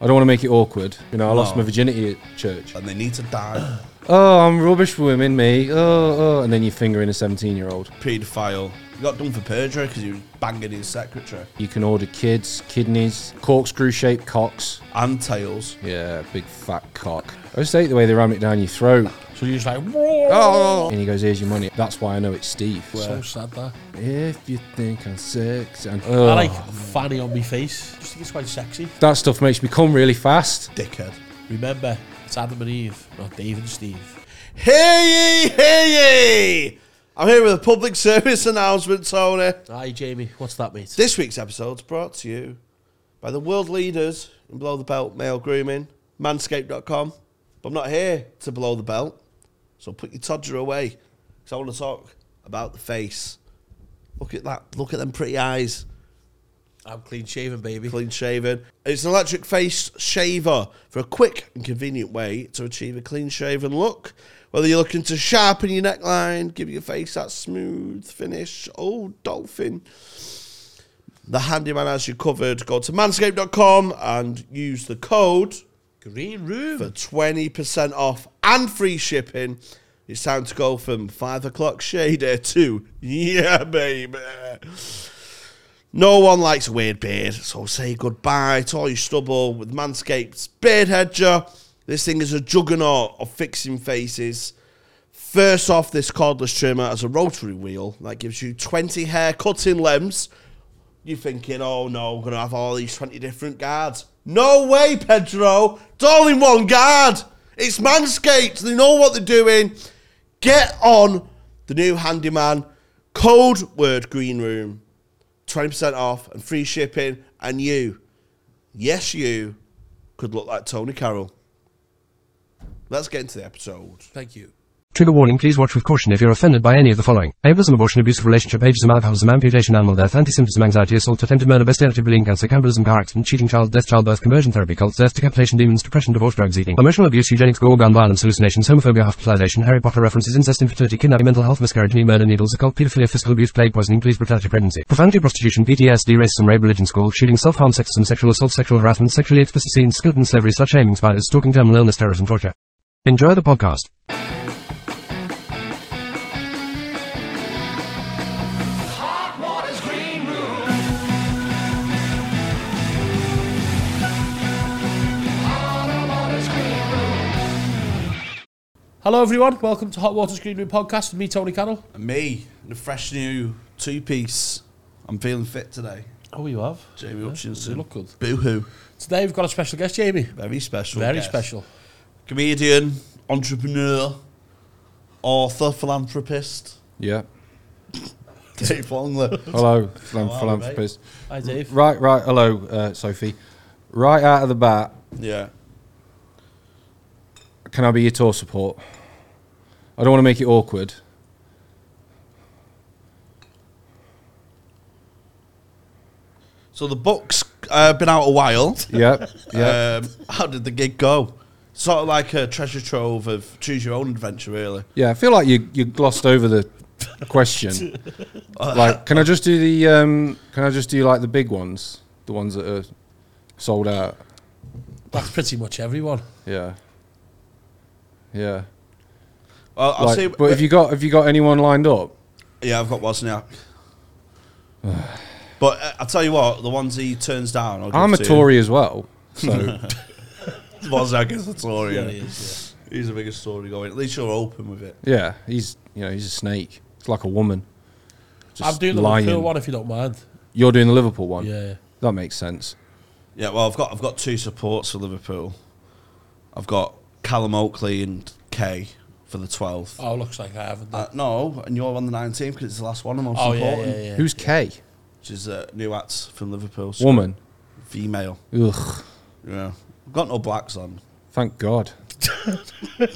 I don't want to make it awkward. You know, I lost my virginity at church. and they need to die. Oh, I'm rubbish with women, mate. Oh, oh. And then you're fingering a 17 year old. Paedophile. You got done for perjury because you was banging his secretary You can order kids, kidneys, corkscrew shaped cocks. and tails. Yeah, big fat cock. I just hate the way they ram it down your throat. So you're just like, Oh. And he goes, here's your money. That's why I know it's Steve. so sad that. If you think I'm sexy. And, I Ugh. like fanny on my face. Just think it's quite sexy. that stuff makes me come really fast. Dickhead. Remember, it's Adam and Eve, not Dave and Steve. Hey ye, hey ye! I'm here with a public service announcement, Tony. Hi, Jamie. What's that, mate? This week's episode's brought to you by the world leaders in below the belt male grooming, manscaped.com. But I'm not here to blow the belt, so put your todger away because I want to talk about the face. Look at that. Look at them pretty eyes. I'm clean shaven, baby. Clean shaven. It's an electric face shaver for a quick and convenient way to achieve a clean shaven look. Whether you're looking to sharpen your neckline, give your face that smooth finish, oh, dolphin. The handyman has you covered. Go to manscaped.com and use the code Green room. for 20% off and free shipping. It's time to go from 5 o'clock shader to yeah, baby. No one likes a weird beard, so say goodbye to all your stubble with Manscaped's Beard Hedger. This thing is a juggernaut of fixing faces. First off, this cordless trimmer has a rotary wheel that gives you 20 hair cutting lengths. You're thinking, oh no, I'm going to have all these 20 different guards. No way, Pedro! It's all in one guard! It's Manscaped, they know what they're doing. Get on the new handyman, code word green room, 20% off and free shipping, and you, yes, you could look like Tony Carroll. Let's get into the episode. Thank you. Trigger warning, please watch with caution if you're offended by any of the following. Ableism, abortion, abusive relationship, ageism, alcoholism, amputation, animal death, anti-Semitism, anxiety, assault, attempted murder, bestiality, bullying, cancer, cannibalism, car accident, cheating, child death, childbirth, conversion therapy, cults, death, decapitation, demons, depression, divorce, drugs, eating, emotional abuse, eugenics, gore, gun violence, hallucinations, homophobia, hospitalization, Harry Potter references, incest, infertility, kidnapping, mental health, miscarriage, knee, murder, needles, occult, pedophilia, physical abuse, plague, poisoning, police brutality, pregnancy, profanity, prostitution, PTSD, racism, rape, religion, school, shooting, self-harm, sexism, sexual assault, sexual harassment, sexually explicit scenes, skeleton slavery, slut shaming, spiders, stalking, terminal illness, terrorism, torture. Enjoy the podcast. Hello, everyone. Welcome to Hot Water's Green Room podcast with me, Tony Carroll. And me, in a fresh new two piece. I'm feeling fit today. Oh, you have. Jamie Hutchinson. you look good. Boo hoo. Today we've got a special guest, Jamie. Very special. Very guest. special. Comedian, entrepreneur, author, philanthropist. Yeah. Dave Longler. Hello, philan- How are we, mate? philanthropist. Hi, Dave. Right, right. Hello, uh, Sophie. Right out of the bat, yeah. can I be your tour support? I don't want to make it awkward. So the book's uh, been out a while. Yeah, yeah. Um, how did the gig go? Sort of like a treasure trove of choose your own adventure, really. Yeah, I feel like you you glossed over the question. like, can I just do the um, can I just do like the big ones, the ones that are sold out? That's pretty much everyone. Yeah, yeah. Well, I'll Like, see. but have you got have you got anyone lined up? Yeah, I've got Wozniak. but uh, I'll tell you what, the ones he turns down. I'll give I'm a to you. Tory as well, so Wozniak is a Tory. Yeah, yeah. he is, He's the biggest Tory going. At least you're open with it. yeah. He's you know he's a snake. It's like a woman. Just I'm doing the lying. Liverpool one if you don't mind. You're doing the Liverpool one. Yeah. that makes sense. Yeah, well, I've got I've got two supports for Liverpool. I've got Callum Oakley and Kay for the 12th. Oh, looks like I haven't. done. Uh, no, and you're on the 19th because it's the last one I'm oh, supporting, yeah, yeah, yeah. Who's Kay? which is a new act from Liverpool. So Woman. Female. Ugh. Yeah. I've got no blacks on. Thank God. I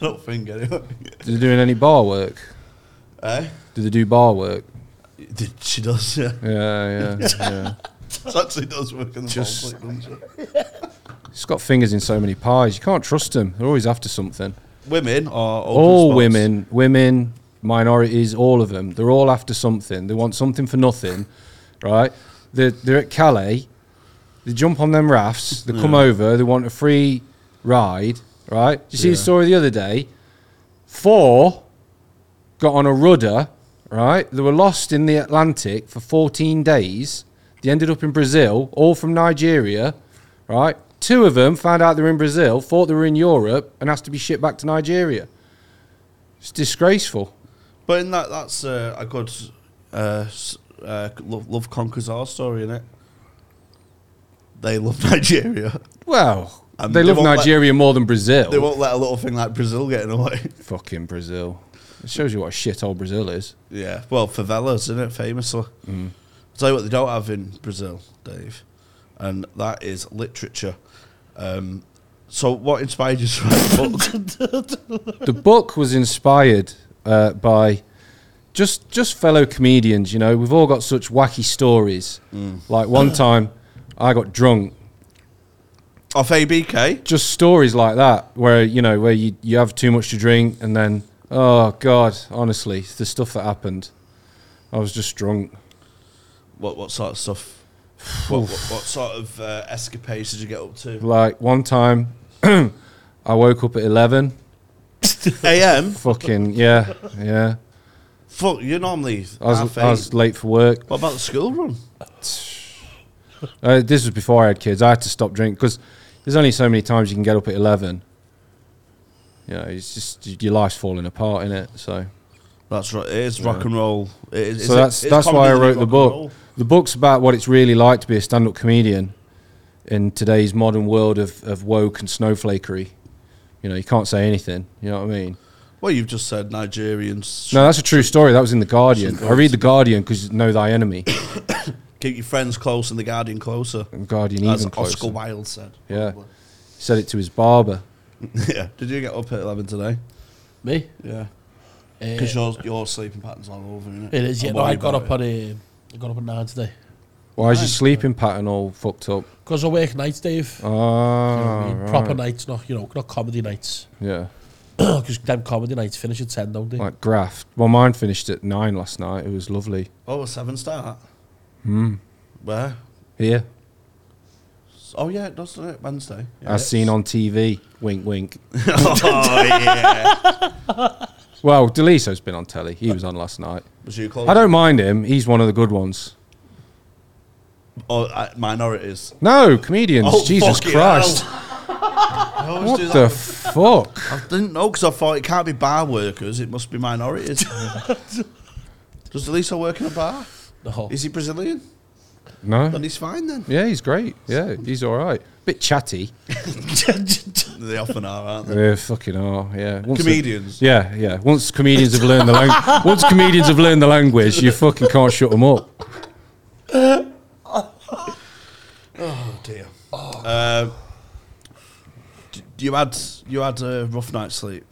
don't think anyway. Are they doing any bar work? eh? Do they do bar work? Did- She does, yeah. Yeah, yeah, yeah. She actually does work in the Just- Just... doesn't she? He's got fingers in so many pies. You can't trust them. They're always after something. Women are open all spots. women, women, minorities, all of them. They're all after something. They want something for nothing, right? They're, they're at Calais. They jump on them rafts. They come over. They want a free ride. Right? Did you see the story the other day? Four got on a rudder. Right? They were lost in the Atlantic for 14 days. They ended up in Brazil, all from Nigeria. Right? Two of them found out they were in Brazil, thought they were in Europe, and asked to be shipped back to Nigeria. It's disgraceful. But in that, that's uh, a good uh, s- uh, love, love conquers all story, in it. They love Nigeria. Well, And they, they love won't let- Nigeria more than Brazil. They won't let a little thing like Brazil get in the way. Fucking Brazil. It shows you what a shithole Brazil is. Yeah, well, favelas, isn't it? Famously. Mm-hmm. I'll tell you what they don't have in Brazil, Dave, and that is literature. Um, so, what inspired you to write a book? the book was inspired uh, by just just fellow comedians. You know, we've all got such wacky stories. Like one time, I got drunk. Off ABK? Just stories like that, where you know, where you, you have too much to drink, and then oh god, honestly, the stuff that happened. I was just drunk. What, what sort of stuff? what, what, what sort of uh, escapades did you get up to? Like one time, I woke up at eleven. AM? Fucking yeah, yeah. Fuck, you're normally I was, half I was eight. late for work. What about the school run? Uh, this was before I had kids. I had to stop drinking because there's only so many times you can get up at eleven. You know, it's just your life's falling apart in it. So, That's right. It is rock and roll. It is, it's- so that's it's that's why I comedy wrote the rock and book. roll. The book's about what it's really like to be a stand-up comedian in today's modern world of of woke and snowflakery. You know, you can't say anything. You know what I mean? Well, you've just said Nigerians. No, that's a true story. That was in the Guardian. I read the Guardian because know thy enemy. Keep your friends close and the Guardian closer. And Guardian As even Oscar closer. Wilde said. Yeah, probably. said it to his barber. yeah. Did you get up at 11 today? Me? Yeah. Uh, Because Oh, your, your sleeping pattern's all over, isn't it? It is, yeah. I'm No, I worried got about up at um, I got up at nine today. Why is your sleeping pattern all fucked up? Because I work nights, Dave. You know what I Ah, mean? right. Proper nights, not you know, not comedy nights. Yeah, Because them comedy nights finish at ten, don't they? like graft. Well, mine finished at nine last night. It was lovely. Oh, a seven start? Hmm. Where? Here, Oh, yeah, it does, doesn't it? Wednesday. Yeah. as seen on TV. Wink, wink. oh, yeah. Well, Deliso's been on telly. He was on last night. Was you close? I don't mind him. He's one of the good ones. Oh, uh, minorities. No, comedians. Oh, Jesus fucking Christ. hell. I always What do the that. fuck? I didn't know because I thought it can't be bar workers. It must be minorities. Does Elisa work in a bar? No. Is he Brazilian? Then No. he's fine then. Yeah, he's great. Yeah, he's all right. Bit chatty. They often are, aren't they? Yeah, fucking are. Yeah. Once the- Comedians. yeah, yeah. Once comedians have learned the language, once comedians have learned the language, you fucking can't shut them up. Oh dear. Um, d- you had you had a rough night's sleep.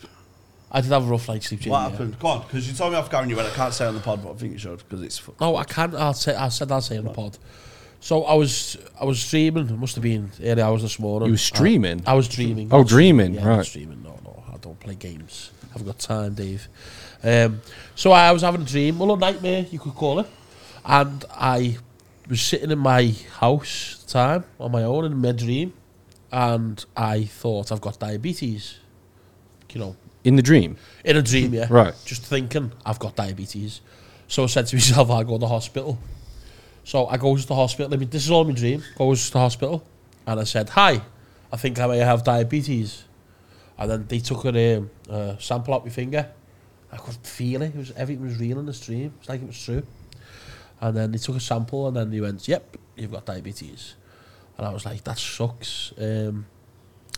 I did have a rough night's sleep. Jamie, What yeah. happened? Go on, because you told me off camera. You went. I can't say on the pod, but I think you should because it's. Fu- No, I can't. I'll say. I said I'll say on the pod. So I was I was streaming. It must have been early hours this morning. You were streaming? I, I was dreaming. Oh, dreaming, Yeah, I'm right. Streaming. No, no. I don't play games. I've got time, Dave. Um, so I was having a dream, well, a nightmare, you could call it. And I was sitting in my house at the time on my own in my dream, and I thought I've got diabetes. You know, In the dream. in a dream, yeah. Right. Just thinking, I've got diabetes. So I said to myself, I'll go to the hospital. So I goes to the hospital. I mean, this is all my dream. Goes to the hospital. And I said, hi, I think I may have diabetes. And then they took a um, uh, sample out my finger. I could feel it. it was, everything was real in the stream. It's like it was true. And then they took a sample and then they went, yep, you've got diabetes. And I was like, that sucks. Um,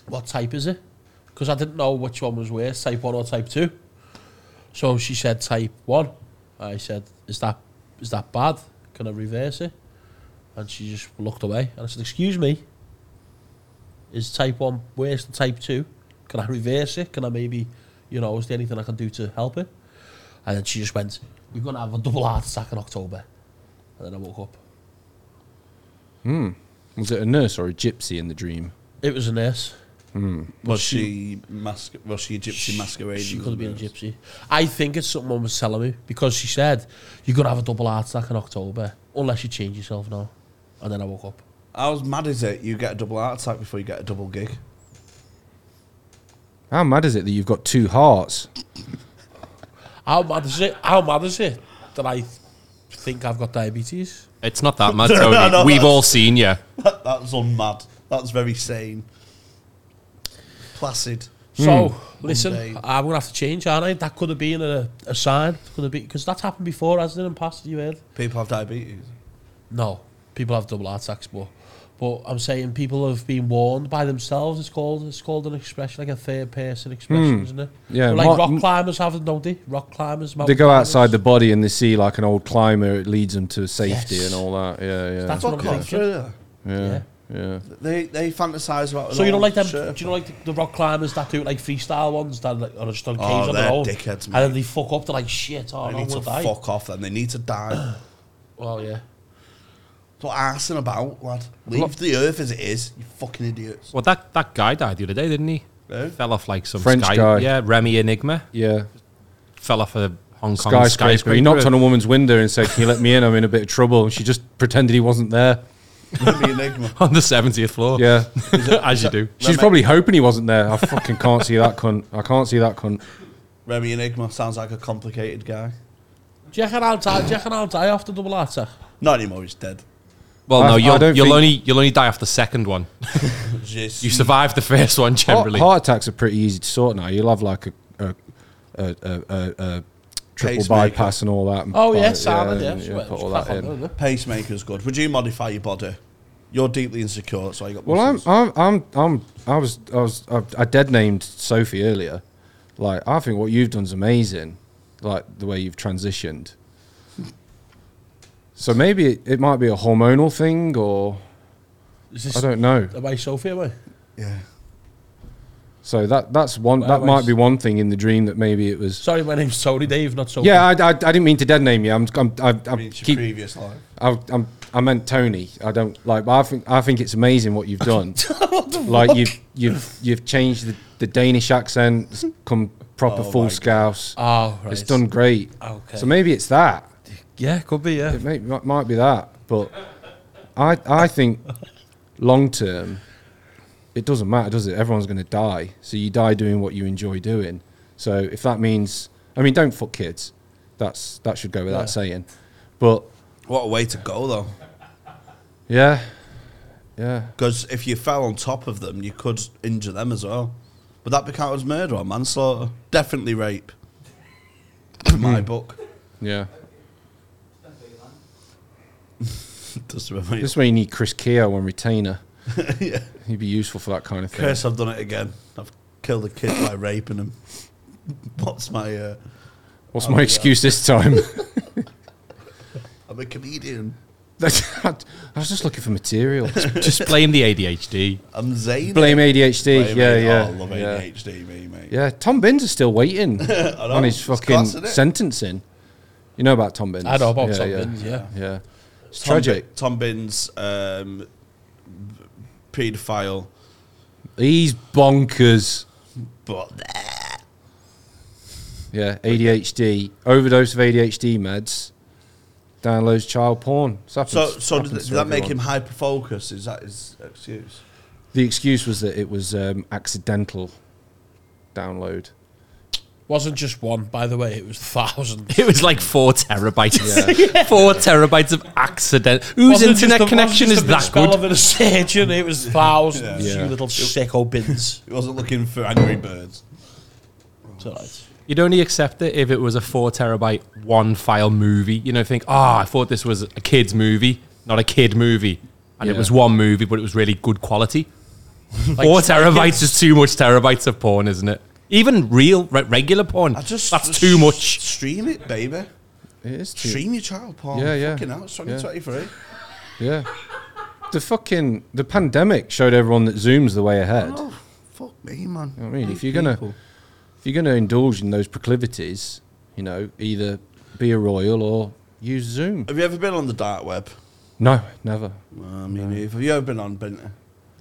what type is it? Because I didn't know which one was worse, type 1 or type 2. So she said type 1. I said, is that is that bad? Can I reverse it? And she just looked away. And I said, excuse me, is type 1 worse than type 2? Can I reverse it? Can I maybe, you know, is there anything I can do to help it? And then she just went, you're going to have a double heart attack in October. And then I woke up. Was it a nurse or a gypsy in the dream? It was a nurse. was she mask? Was she a gypsy masquerading? She could have been a gypsy. I think it's someone was telling me because she said you're gonna have a double heart attack in October unless you change yourself now. And then I woke up. How mad is it you get a double heart attack before you get a double gig? How mad is it that you've got two hearts? How mad is it? How mad is it that I think I've got diabetes? It's not that mad, I know Tony. We've that. all seen you. That, that's unmad. That's very sane. Placid. So listen, Hmm. Mundane. I'm gonna have to change, aren't I? That could have been a, a sign. Could have been because that's happened before, hasn't it? In the past, you heard? People have diabetes. No, people have double heart attacks, but but I'm saying people have been warned by themselves. It's called it's called an expression, like a third person expression, isn't it? Hmm. Yeah, But like Mar- rock climbers have them, don't they? Rock climbers. They mountain go climbers. outside the body and they see like an old climber. It leads them to safety Yes. and all that. Yeah, yeah, That's Fuck what I'm off. thinking. yeah. yeah, yeah. They they fantasize about. So you know, like them? Sure. Do you know, like the, the rock climbers that do like freestyle ones that like, are just on caves on Oh, they're their own, dickheads, and mate. then they fuck up. They're like, shit, oh, They no, need we'll to die. fuck off. Then they need to die. Well, yeah. What arsing about, lad? Leave the earth as it is. You fucking idiots. Well, that, that guy died the other day, didn't he? Who? Fell off like some French sky. guy. Yeah, Remy Enigma. yeah. Um, Fell off a Hong Kong Skyscraper. skyscraper. He knocked on a woman's window and said, "Can you let me in? I'm in a bit of trouble." And she just pretended he wasn't there. Remy Enigma. on the 70th floor. Yeah. As you do. She's probably hoping he wasn't there. I fucking can't see that cunt. I can't see that cunt. Remy Enigma sounds like a complicated guy. Do you reckon I'll die? Do you reckon I'll die after double heart attack? Not anymore. He's dead. Well, I- no, I you'll, don't you'll think- only you'll only die after the second one. Just You survived the first one Heart, generally. heart attacks are pretty easy to sort now. You'll have like a a, a, a, a, a triple Pacemaker. bypass and all that. and Oh put- yeah, salmon. Yeah, and, yeah, put all that in. pacemaker's good. Would you modify your body? You're deeply insecure, so you got. Well, I'm, muscles. I'm, I'm, I'm, I was, I was, I, I dead named Sophie earlier. Like, I think what you've done's amazing. Like the way you've transitioned. So maybe it, it might be a hormonal thing, or Is this I don't know. am I Sophie? Am I? Yeah. So that that's one. Well, That I might was- be one thing in the dream that maybe it was. Sorry, my name's Tony Dave, not Sophie. Yeah, I, I, I didn't mean to dead name you. I'm, I'm, I, I I mean, it's your keep, previous life. I, I'm, I meant Tony. I don't like. But I think I think it's amazing what you've done. like you've you've you've changed the, the Danish accent. It's come proper Oh full my Ah, scouse. Oh, right. It's done great. Okay. So maybe it's that. Yeah, could be. Yeah. It may, might, might be that. But I I think long term, it doesn't matter, does it? Everyone's going to die. So you die doing what you enjoy doing. So if that means, I mean, don't fuck kids. That's that should go without saying. But What a way to go, though. yeah, yeah. Because if you fell on top of them, you could injure them as well. Would that be counted as murder or manslaughter? Definitely rape. In my book. Yeah. Does remind This is where you need Chris Keogh on retainer. yeah. He'd be useful for that kind of thing. Curse, I've done it again. I've killed a kid by raping him. What's my. Uh, What's my excuse this time? I'm a comedian. I was just looking for material. Just blame the ADHD. I'm Zane. Blame ADHD. Blame yeah, it. yeah. Oh, I love yeah. ADHD, me, mate. Yeah, Tom Binns is still waiting know, on his it's fucking class, innit? sentencing. You know about Tom Binns? I know about yeah, Tom yeah, Binns, yeah. yeah. It's Tom tragic. Bin- Tom Bin's um, paedophile. He's bonkers. But Yeah, ADHD, overdose of ADHD meds, downloads child porn. It's happened- so, so happens did, did to that make him everyone. hyper focus? Is that his excuse? The excuse was that it was um, accidental download. Wasn't just one, by the way. It was thousands. It was like four terabytes. Four terabytes of accident. Whose Wasn't just internet the- wasn't connection just is the that misspell good? Of an surgeon. It was thousands. Yeah. You little sicko bins. He wasn't looking for Angry Birds. It's all right. You'd only accept it if it was a four terabyte one file movie. You know, think, ah, I thought this was a kid's movie, not a kid movie. And it Yeah. was one movie, but it was really good quality. Like, Four terabytes is too much terabytes of porn, isn't it? Even real, re- regular porn. I just that's too much. Stream it, baby. It is true. Stream your child porn. Yeah, yeah. Fucking hell, it's Yeah. 2023. Yeah. The fucking the pandemic showed everyone that Zoom's the way ahead. Oh, fuck me, man. I mean, if Hate you're gonna people. if you're gonna indulge in those proclivities, you know, either be a royal or use Zoom. Have you ever been on the dark web? No, never. I mean, have you ever been on Binter?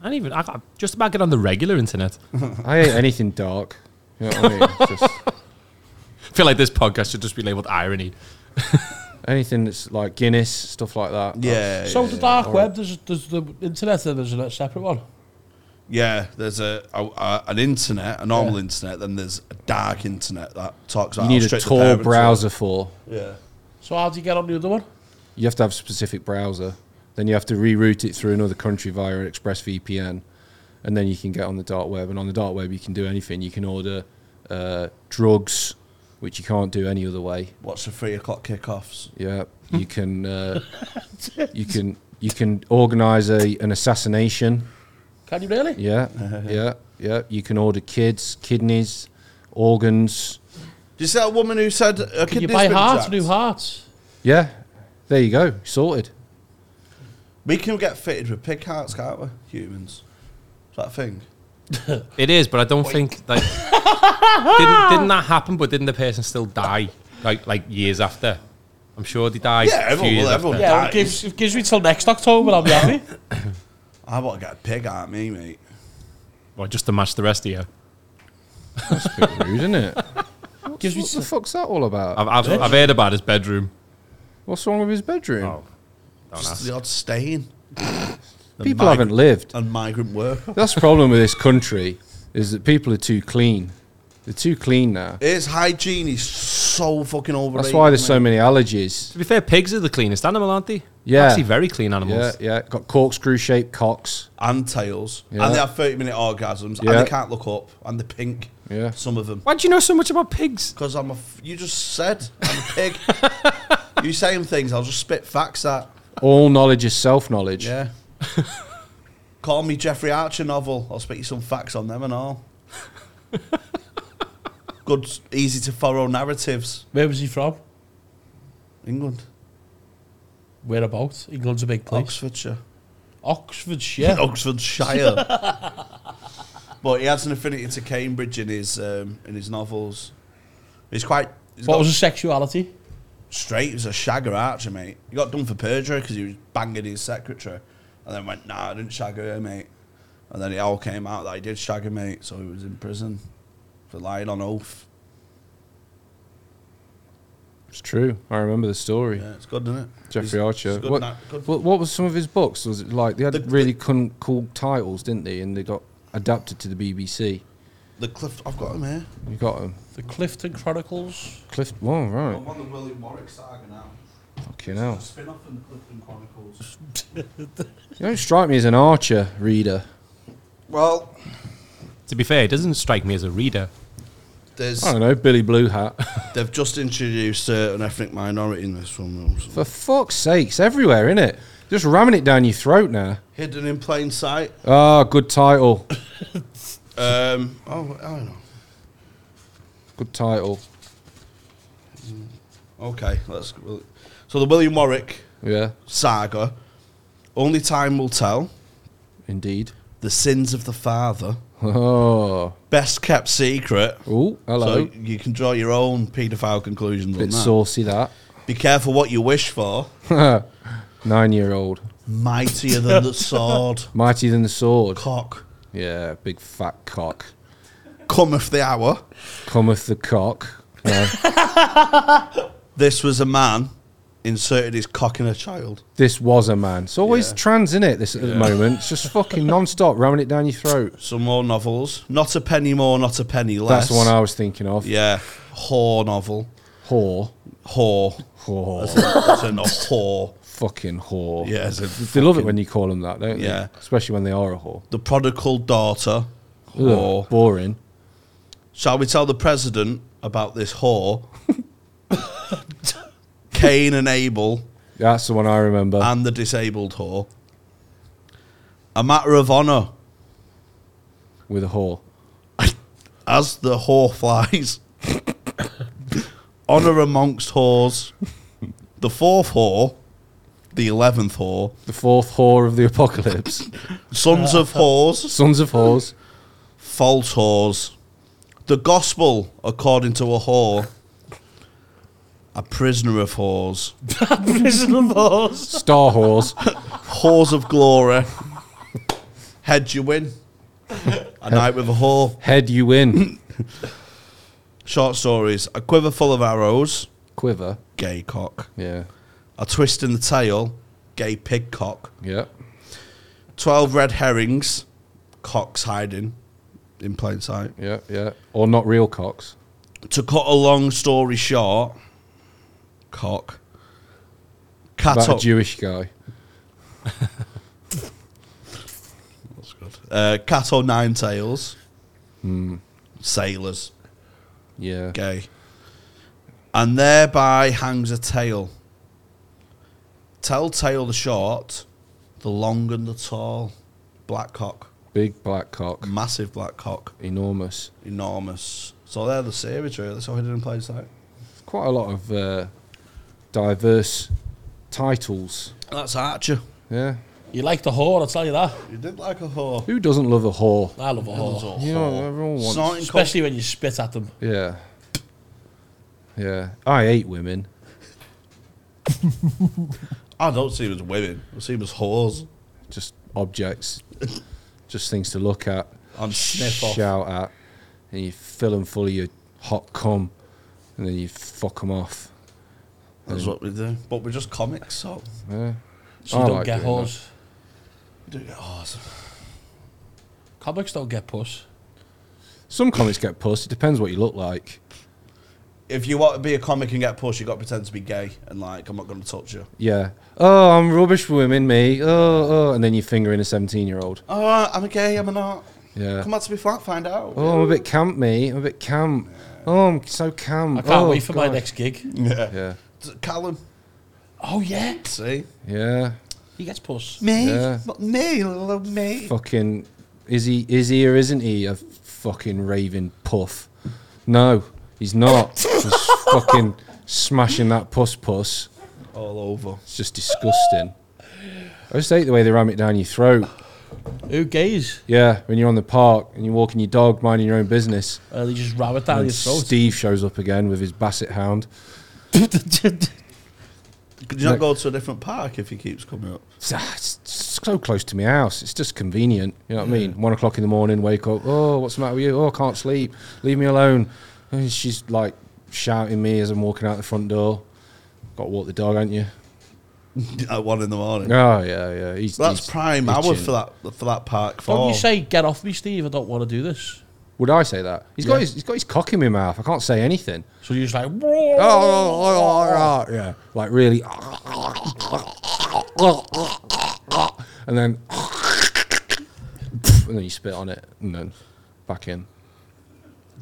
I don't even. I can't- just about get on the regular internet. I hate anything dark. You know what I mean? Just, I feel like this podcast should just be labeled irony. Anything that's like Guinness, stuff like that. Yeah. So yeah, the dark web, there's there's the internet, and there's a separate one. yeah, there's a, a, a an internet, a normal internet, then there's a dark internet that talks. you about need how a strict the Tor parents browser for. are. Yeah. So how do you get on the other one? You have to have a specific browser. Then you have to reroute it through another country via an ExpressVPN, and then you can get on the dark web. And on the dark web, you can do anything. You can order uh, drugs, which you can't do any other way. What's the three o'clock kickoffs? Yeah, you can. Uh, you can. You can organize a, an assassination. Can you really? Yeah, yeah, yeah. You can order kids, kidneys, organs. Did you see that woman who said her Can you kidneys buy been hearts, jacked? new hearts? Yeah, there you go. Sorted. We can get fitted with pig hearts, can't we? Humans. Is that a thing? It is, but I don't think like didn't, didn't that happen? But didn't the person still die like like years after? I'm sure they died. Yeah, a few everyone- years well, everyone- after. Yeah, well, Nice. it gives, it gives me till next October. I'll be happy. I want to get a pig heart, me, mate. Well, just to match the rest of you. Bit rude, isn't it? gives me What the till, fuck's that all about? I've, I've, I've heard about his bedroom. What's wrong with his bedroom? Don't Just ask. the odd stain. The people migrant- haven't lived. And migrant worker. That's the problem with this country is that people are too clean. They're too clean now. It's hygiene is so fucking overrated. That's why there's so mate. many allergies. To be fair, pigs are the cleanest animal, aren't they? Yeah. actually, very clean Yeah, animals. yeah. Got corkscrew shaped cocks. And tails. Yeah. And they have 30 minute orgasms. Yeah. And they can't look up. And they're pink. Yeah. Some of them. Why do you know so much about pigs? Because I'm a. F- you just said I'm a pig. you saying things, I'll just spit facts at. All knowledge is self knowledge. Yeah. Call me Jeffrey Archer novel. I'll spit you some facts on them and all. Good, easy to follow narratives. where was he from? England, Whereabouts? England's a big place. Oxfordshire, Oxfordshire. Oxfordshire. but he has an affinity to Cambridge in his um, in his novels. He's quite. He's What got was his sexuality? straight. He was a shagger Archer, mate. He got done for perjury because he was banging his secretary, and then went, "Nah, I didn't shag her, mate." And then it all came out that he did shag her, mate. So he was in prison for lying on oath. It's true. I remember the story. Yeah, it's good, isn't it? Jeffrey It's- Archer. it's good What, na- good- what, what was some of his books? Was it like they had The- really con- cool titles, didn't they? And they got adapted to the BBC. The Cliff. I've got him here. You got them. The Clifton Chronicles. Cliff. Whoa, right. on the William Warwick saga now. Fucking hell. spin off in the Clifton Chronicles. You don't strike me as an Archer reader. Well, To be fair, it doesn't strike me as a reader. there's. I don't know, Billy Blue Hat. They've just introduced uh, an ethnic minority in this one. For fuck's sakes, everywhere, innit? Just ramming it down your throat now. Hidden in plain sight. Ah, good title. Um, oh, I don't know. Good title. Okay, let's. So the William Warwick Yeah, saga. Only time will tell. indeed. The sins of the father. Oh. Best kept secret. Oh, hello. So you can draw your own paedophile conclusions on Bit that. saucy that. Be careful what you wish for. Nine year old. Mightier than the sword. Mightier than the sword. Cock. Yeah, big fat cock. Cometh the hour. Cometh the cock. No. This was a man inserted his cock in a child. this was a man. It's always trans, in it, this at the moment. It's just fucking non stop ramming it down your throat. Some more novels. Not a penny more, not a penny less. That's the one I was thinking of. Yeah. Whore novel. Whore. Whore. Whore. That's a no- whore. fucking whore. Yeah. it's a They love it fucking- when you call them that, don't they? Yeah. Especially when they are a whore. The prodigal daughter. Ugh, Whore. boring. Shall we tell the president about this whore? Cain and Abel That's the one I remember. and the disabled whore. A matter of honour with a whore. as the whore flies. honour amongst whores. The fourth whore, the eleventh whore, The fourth whore of the apocalypse. sons of whores, Sons of whores. false whores. The gospel according to a whore. A prisoner of whores. Prison of Horse. Star whores. Whores of Glory. Head you win. A night with a whore. Head you in. Short stories. A quiver full of arrows. Quiver. Gay cock. Yeah. a twist in the tail, gay pig cock, Yeah. 12 red herrings, cocks hiding in plain sight. Yeah. Yeah. Or not real cocks. To cut a long story short, cock, cat About a up, Jewish guy. uh, cat o' nine tails, sailors, Yeah. gay, and thereby hangs a tale. Tell tale the short, the long and the tall, black cock, Big black cock. massive black cock, Enormous. enormous. So they're the series really. So I didn't play sight. Quite a lot of uh, diverse titles. That's Archer. Yeah. You like the whore, I'll tell you that. You did like a whore. Who doesn't love a whore? I love a whore. You know, everyone wants. Snorting Especially when you spit at them. Yeah. Yeah. I hate women. I don't see him as women. I see him as whores Just objects. just things to look at. and sniff off. shout at, and you fill them full of your hot cum, and then you fuck them off. Mm. That's what we do. But we're just comics, so Yeah. So you I don't like get doing whores. we do get whores. Comics don't get puss. Some comics get pussed. It depends what you look like. If you want to be a comic and get pushed, you got to pretend to be gay and like I'm not going to touch you. Yeah. Oh, I'm rubbish for women, me. Oh, oh, and then you finger in a 17 year old. Oh, I- I'm a gay. I'm a not. Yeah. Come out to be flat. Find out. Oh, I'm a bit camp, me. I'm a bit camp. Oh, I'm so camp. I can't Oh, wait for my God. next gig. Yeah. Yeah. T- Callum, Oh, yeah. see Yeah. He gets puss. me, Yeah. Not me, love me. Fucking. Is he? Is he or isn't he a fucking raving puff? No, he's not. He's fucking smashing that puss puss. All over. It's just disgusting. I just hate the way they ram it down your throat. Who gays? Yeah, when you're on the park and you're walking your dog, minding your own business. And Uh, they just ram it down And your throat. Steve shows up again with his basset hound. Could you not go to a different park if he keeps coming up? It's, ah, it's so close to my house. It's just convenient. You know what I mean? One o'clock in the morning, wake up. Oh, what's the matter with you? Oh, I can't sleep. Leave me alone. And she's like shouting me as I'm walking out the front door. Got to walk the dog, ain't you? At one in the morning. Oh yeah, yeah. He's, Mm. That's he's prime hour itching. for that for that park. For Don't you say, get off me, Steve, I don't want to do this. Would I say that? He's got Yeah. his he's got his cock in my mouth. I can't say anything. So you're just like, Oh, yeah, like really, and then and then you spit on it, and then back in.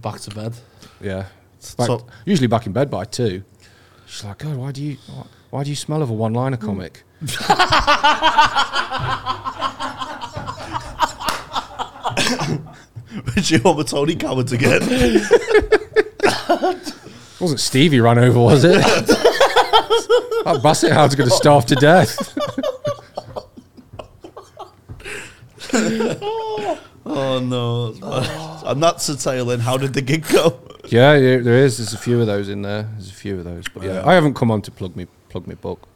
back to bed. Yeah, back, So- usually back in bed by two. She's like, God, why do you why do you smell of a one liner comic? Would you want the Tony Coward again? It wasn't Stevie ran over, was it? that basset hound's going to starve to death. oh no, that's bad. and that's the tail end. How did the gig go? yeah, there there is. There's a few of those in there. There's a few of those, but yeah, Yeah. I haven't come on to plug me plug me book.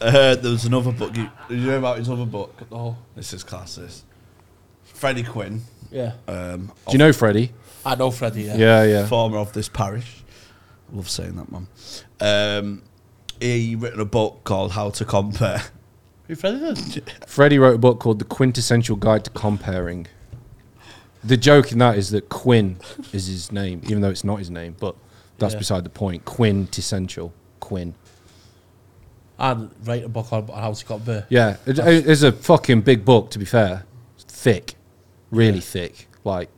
Uh, there was another book. You, did you know about his other book? Oh, this is classes. Freddie Quinn, Yeah. um, Do you know Freddie? I know Freddie, yeah. Yeah, yeah. former of this parish. Love saying that, man. Um, he written a book called How to Compare. Who Freddie did? Freddie wrote a book called The Quintessential Guide to Comparing. The joke in that is that Quinn is his name, even though it's not his name, but that's Yeah. beside the point. Quintessential. Quinn. And write a book on on how to got beer. Yeah, it, it- it's a fucking big book, to be fair. It's thick. Really thick. Like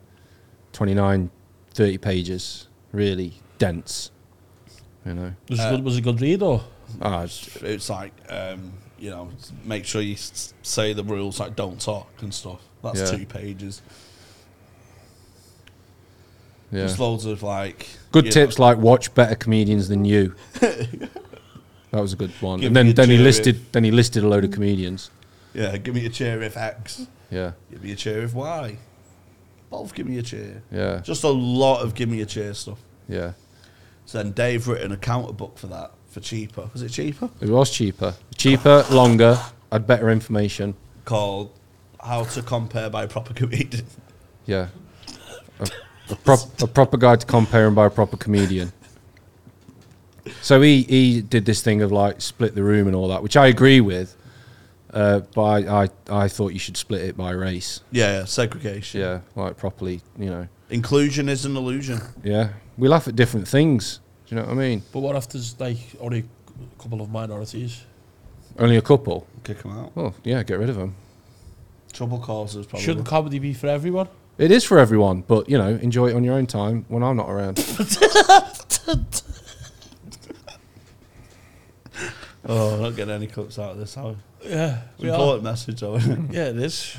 29, 30 pages. Really dense. You know? Was, it good, was it good read or? Ah, it's- It's like um, you know, make sure you s- say the rules like don't talk and stuff. That's Yeah. two pages. yeah. There's loads of like Good you know, tips like watch better comedians than you. that was a good one. Give and then, me a then he cheer listed then he listed a load of comedians. Yeah, give me a cheer if X. Yeah. Give me a cheer if Y. Both give me a cheer. Yeah. Just a lot of give me a cheer stuff. Yeah. So then Dave written a counter book for that for cheaper. Was it cheaper? It was cheaper. Cheaper, longer, had better information. Called How to Compare by Proper Comedian. Yeah. A, a, prop, a proper guide to comparing by a proper comedian. So he he did this thing of like split the room and all that, which I agree with. Uh, but I, I I thought you should split it by race. Yeah, yeah, segregation. Yeah, like properly. You know. Inclusion is an illusion. Yeah, we laugh at different things. Do you know what I mean? But what if there's like only a couple of minorities? Only a couple. Kick them out. Well, yeah, get rid of them. Trouble causes probably. Shouldn't comedy be for everyone? It is for everyone, but you know, enjoy it on your own time when I'm not around. Oh, we're not getting any clips out of this. Are we? Yeah, It's we an are. important message, though, isn't it? Yeah, it is.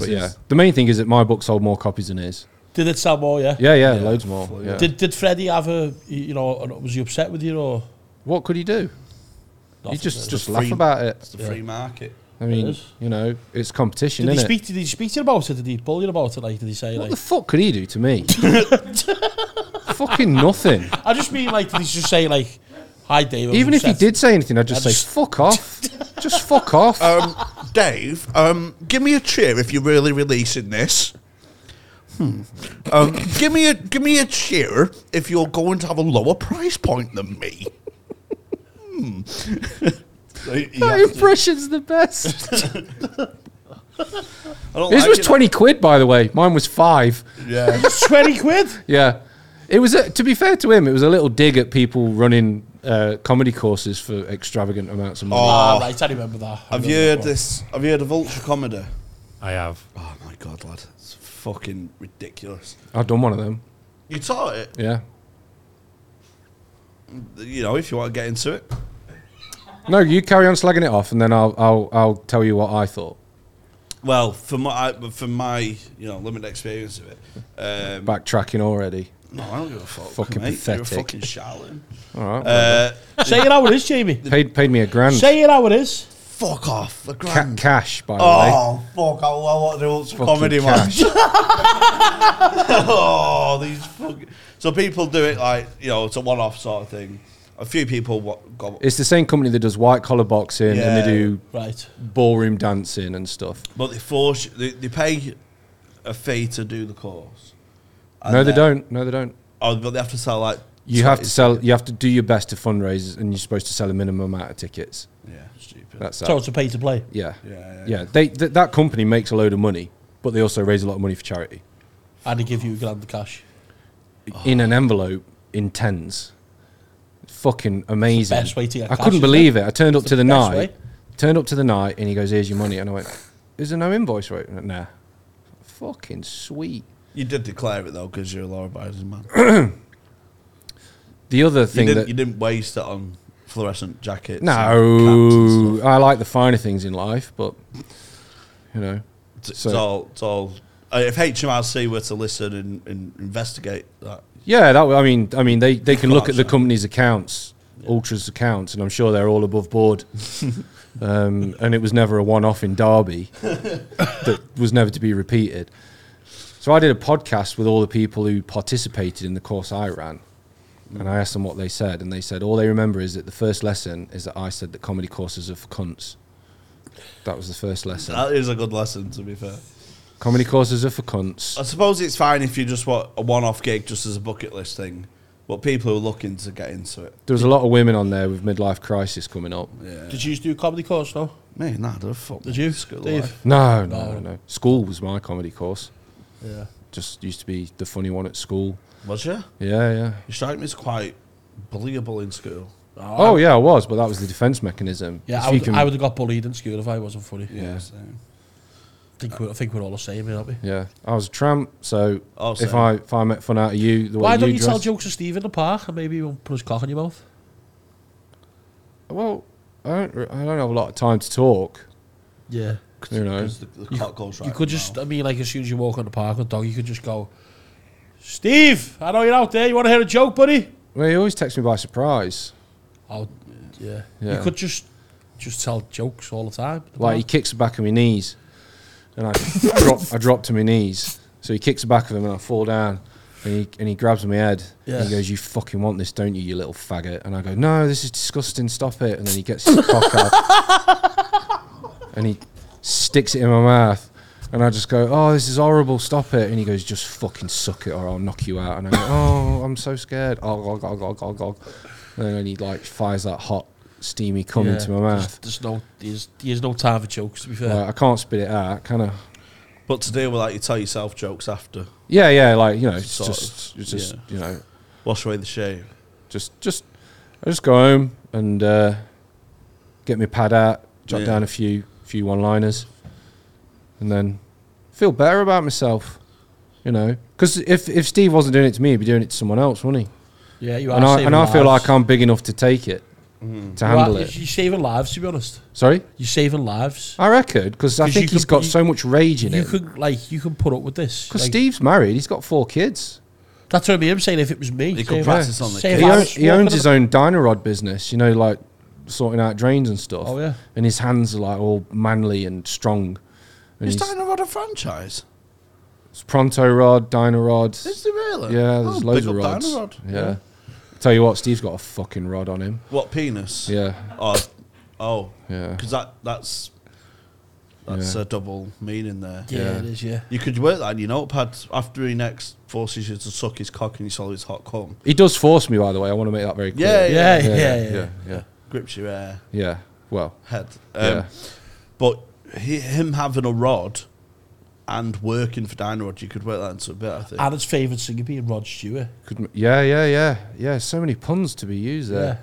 but is- yeah, the main thing is that my book sold more copies than his. Did it sell more? Yeah. Yeah, yeah, Yeah, loads more. fully. yeah. Did Did Freddie have a you know an- was he upset with you or? what could he do? You Nothing, just really. just laugh free- about it. It's the Yeah. free market. I mean, is. you know, it's competition, Did he isn't it? speak? Did he speak to you about it? Did he bully you about it? Like did he say What like? the fuck could he do to me? Fucking nothing. I just mean like did he just say like, "Hi, David." Even if he did say anything, I'd just I say, just- "Fuck off, just fuck off." Um, Dave, um, give me a cheer if you're really releasing this. Hmm. Um, give me a give me a cheer if you're going to have a lower price point than me. Hmm. So you- you that have to- impression's the best. I don't His like was it. twenty quid, by the way. Mine was five. Yeah. twenty quid. Yeah, it was. A, to be fair to him, it was a little dig at people running uh, comedy courses for extravagant amounts of money. Ah, right, I remember that. I Have remember you heard that one. this? Have you heard of Ultra Comedy? I have. Oh my god, lad, it's fucking ridiculous. I've done one of them. You taught it, Yeah. you know, if you want to get into it. No, you carry on slagging it off, and then I'll I'll I'll tell you what I thought. Well, from my from my you know limited experience of it, um, Backtracking already. no, I don't give a fuck. Fucking mate. You're pathetic. a fucking charlatan. All right. Uh, Say it how it is, Jamie. paid paid me a grand Say it how it is. fuck off, a ca- grand. cash by the way. Oh fuck! I, I want to do ultra Fucking comedy, man. cash. oh, these fucking. So people do it like you know, it's a one-off sort of thing. A few people wa- go, It's the same company that does white collar boxing and Yeah. they do Right. ballroom dancing and stuff. but they force you- they, they pay a fee to do the course. And no, they then- don't. No, they don't. Oh, but they have to sell like You have to sell. You have to do your best to fundraise, and you're supposed to sell a minimum amount of tickets. Yeah, stupid. That's that. So it's a pay to play. yeah. Yeah, yeah, yeah. They th- that company makes a load of money, but they also raise a lot of money for charity And they give you a grand cash. Oh. in an envelope in tens. Fucking amazing! best way to get I cash, couldn't isn't believe it. I turned up to the, the best night. way. Turned up to the night, and he goes, "Here's your money," and I went, "Is there no invoice rate?" And I went, Nah. Fucking sweet. You did declare it though, because you're a law-abiding man. The other you, thing didn't, that you didn't waste it on fluorescent jackets. and caps and stuff. No, I like the finer things in life, but you know, It's, it's So- all. It's all uh, if HMRC were to listen and, and investigate that, yeah, that. I mean, I mean, they, they can look at the Clarkson. company's accounts, Ultra's accounts, and I'm sure they're all above board. um, and it was never a one-off in Derby that was never to be repeated. So I did a podcast with all the people who participated in the course I ran, and I asked them what they said, and they said all they remember is that the first lesson is that I said that comedy courses are for cunts. That was the first lesson. that is a good lesson. To be fair, Comedy courses are for cunts. I suppose it's fine if you just want a one-off gig, just as a bucket list thing. But people who are looking to get into it, There was a lot of women on there with midlife crisis coming up. yeah. Did you do comedy course? No. Me, nah, the fuck. Did you, School Dave? life. No, no, no, no. School was my comedy course. Yeah. Just used to be the funny one at school. Was you? Yeah, yeah. You strike me as quite bullyable in school. Oh, yeah, I was, but that was the defense mechanism. Yeah, If I you would, can- I would have got bullied in school if I wasn't funny. Yeah. same. think we're, I think we're all the same, aren't we? Yeah, I was a tramp, so Oh, if same. I if I met fun out of you, the way Why you don't you tell dressed- jokes to Steve in the park and maybe he'll put his cock in your mouth? Well, I don't, re- I don't have a lot of time to talk. Yeah. You know, 'Cause the, the cock goes right. you could in the just, mouth. I mean, like as soon as you walk on the park with dog, you could just go, Steve, I know you're out there. You want to hear a joke, buddy? well, he always takes me by surprise. Oh, yeah. Yeah. You could just, just tell jokes all the time. in the Like he park. kicks the back of my knees, and I drop, I drop to my knees. So he kicks the back of him, and I fall down. And he, and he grabs my head. And Yeah. he goes, "You fucking want this, don't you, you little faggot?" And I go, "No, this is disgusting. Stop it." And then he gets his cock out, and he sticks it in my mouth. And I just go, "Oh, this is horrible. Stop it." And he goes, "Just fucking suck it, or I'll knock you out." And I go, "Oh, I'm so scared." Oh, gog, gog, gog, gog, gog. And then he like fires that hot, steamy cum into my There's, mouth. there's no there's, there's no time for jokes to be fair. Like, I can't spit it out, can I? But today we're like you tell yourself jokes after. Yeah, yeah, like you know, it's Sort just, of, it's just yeah. you know, Wash away the shame. just, just, I just go home and uh, get my pad out, jot Yeah. down a few, few one-liners, and then feel better about myself, you know. Because if if Steve wasn't doing it to me, he'd be doing it to someone else, wouldn't he? Yeah, you are And I saving and I feel lives. like I'm big enough to take it, to Mm. You are- handle it. You're saving lives to be honest. Sorry, You're saving lives. I reckon because I 'Cause think you he's could- got you- so much rage in You it. could like you can put up with this. Because Like, Steve's married, he's got four kids. that's what I mean. I'm saying if it was me, He say could if I- practice on the say if He, I own, was he owns walking his own Dynarod business, you know, like sorting out drains and stuff. Oh, yeah. And his hands are like all manly and strong. And Is he's- Dynarod a franchise? it's Pronto Rod, Dynarod. Is there really? Yeah, there's Oh, loads big of up rods. Dynarod. Yeah. Tell you what, Steve's got a fucking rod on him. What penis? Yeah. Oh, oh. Yeah. Because that that's that's a double meaning there. Yeah, it is. Yeah, You could work that in your notepad after he next forces you to suck his cock and you swallow his hot cum. He does force me, by the way. I want to make that very Yeah, clear. yeah, yeah, yeah, yeah. yeah. yeah. Grips your hair, Yeah. Well, head. Um, yeah. But he, him having a rod and working for Dynarod, you could work that into a bit, I think. And his favourite singer being Rod Stewart. Could, m- yeah, yeah, yeah, yeah. So many puns to be used there. Yeah.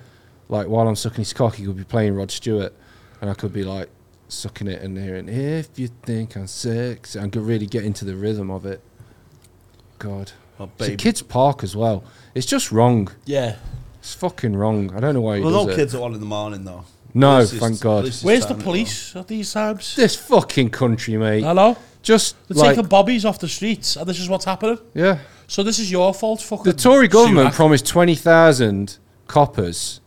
Like while I'm sucking his cock, he could be playing Rod Stewart, and I could be like sucking it and hearing "If you think I'm sexy," and could really get into the rhythm of it. God, Oh, it's a baby. kids' park as well. It's just wrong. Yeah. It's fucking wrong. I don't know why he well, does no it. kids at one in the morning, though. No, Police is- thank God. police is Where's the time as police at these times? This fucking country, mate. Uh, Hello. Just They're like taking bobbies off the streets, and this is what's happening. yeah, So this is your fault, fucking. the Tory government Sunak. promised twenty thousand coppers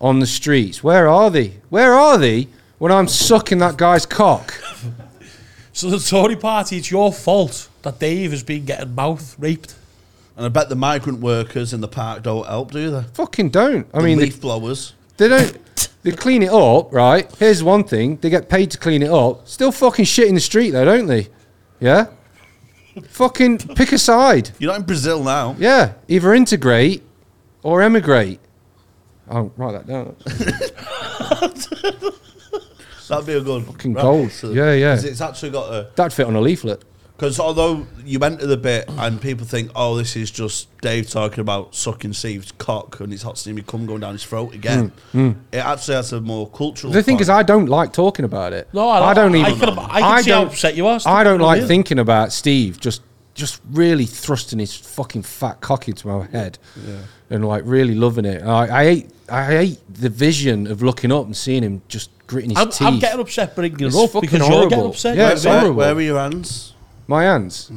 on the streets. Where are they? Where are they when I'm sucking that guy's cock? so the Tory party, it's your fault that Dave has been getting mouth raped. well. And I bet the migrant workers in the park don't help, do they? Fucking don't. I I mean, mean, they, leaf blowers. they don't. They clean it up, right? Here's one thing: they get paid to clean it up. Still fucking shit in the street, though, don't they? Yeah. fucking pick a side. You're not in Brazil now. Yeah, either integrate or emigrate. I'll write that down. That'd be a good Fucking rap. gold. Yeah, yeah. 'Cause It's actually got a That'd fit on a leaflet. because although you enter the bit and people think, oh, this is just Dave talking about sucking Steve's cock and his hot steamy cum going down his throat again. It actually has a more cultural. Mm, The thing point. is, I don't like talking about it. No, I, don't I, even. I can, I can see how upset you are. I don't like Yeah. thinking about Steve just just really thrusting his fucking fat cock into my head and like really loving it. I, I hate I hate the vision of looking up and seeing him just gritting his I'm, teeth. I'm getting upset bringing It's it up fucking because you're getting horrible. upset. Yeah, where, it's where, horrible. where are your hands? my hands.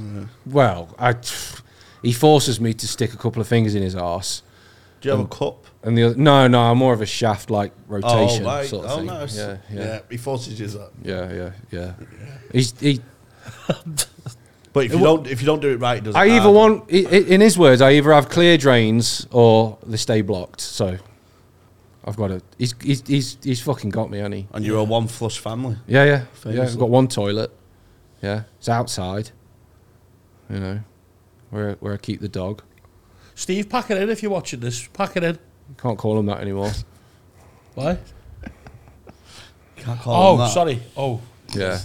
Well, I he forces me to stick a couple of fingers in his arse. Do Um, you have a cup? And the other, no, no, I'm more of a shaft like rotation oh, right. sort of oh, thing. nice. Yeah, yeah, yeah. He forces you that. yeah, yeah, yeah. He's, he But if you don't, if you don't do it right, it doesn't. I either matter. want, i- i- in his words, I either have clear drains or they stay blocked. So I've got to. He's he's he's, he's fucking got me, hasn't he? and you're a one flush family. Yeah, yeah, yeah. Famously. I've got one toilet. Yeah, it's outside. You know, where where I keep the dog. Steve, pack it in if you're watching this. Pack it in. Can't call him that anymore. Why? Can't call them Oh, that. sorry. Oh, Yeah,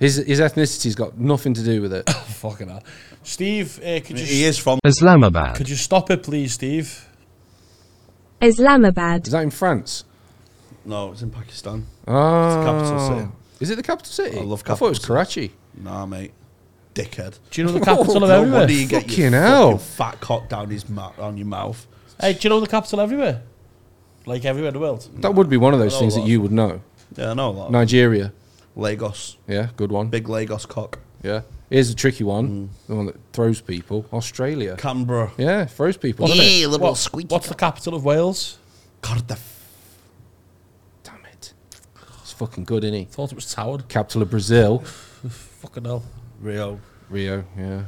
his his ethnicity's got nothing to do with it. fucking hell. Steve, uh, could you He is from. Islamabad. could you stop it, please, Steve? Is Islamabad, that in France? No, it's in Pakistan. Oh, capital city. Is it the capital city? I love I thought it was capital Karachi. Nah, mate. Dickhead. Do you know the capital of No No wonder everywhere? you get your Fucking hell. fucking fat cock down his ma- down your mouth. Hey, do you know the capital everywhere? Like everywhere in the world. That would be one of those know things a that lot. you would know. Yeah, I know a lot. Nigeria. Lagos, Yeah, good one. big Lagos cock. Yeah. Here's a tricky one. Mm. The one that throws people. Australia. Canberra, Yeah, throws people, doesn't it? little What- What's the capital of Wales? Cardiff. Damn it. It's fucking good, isn't he? Thought it was Tower. Capital of Brazil. Fucking hell. Rio. Rio, yeah.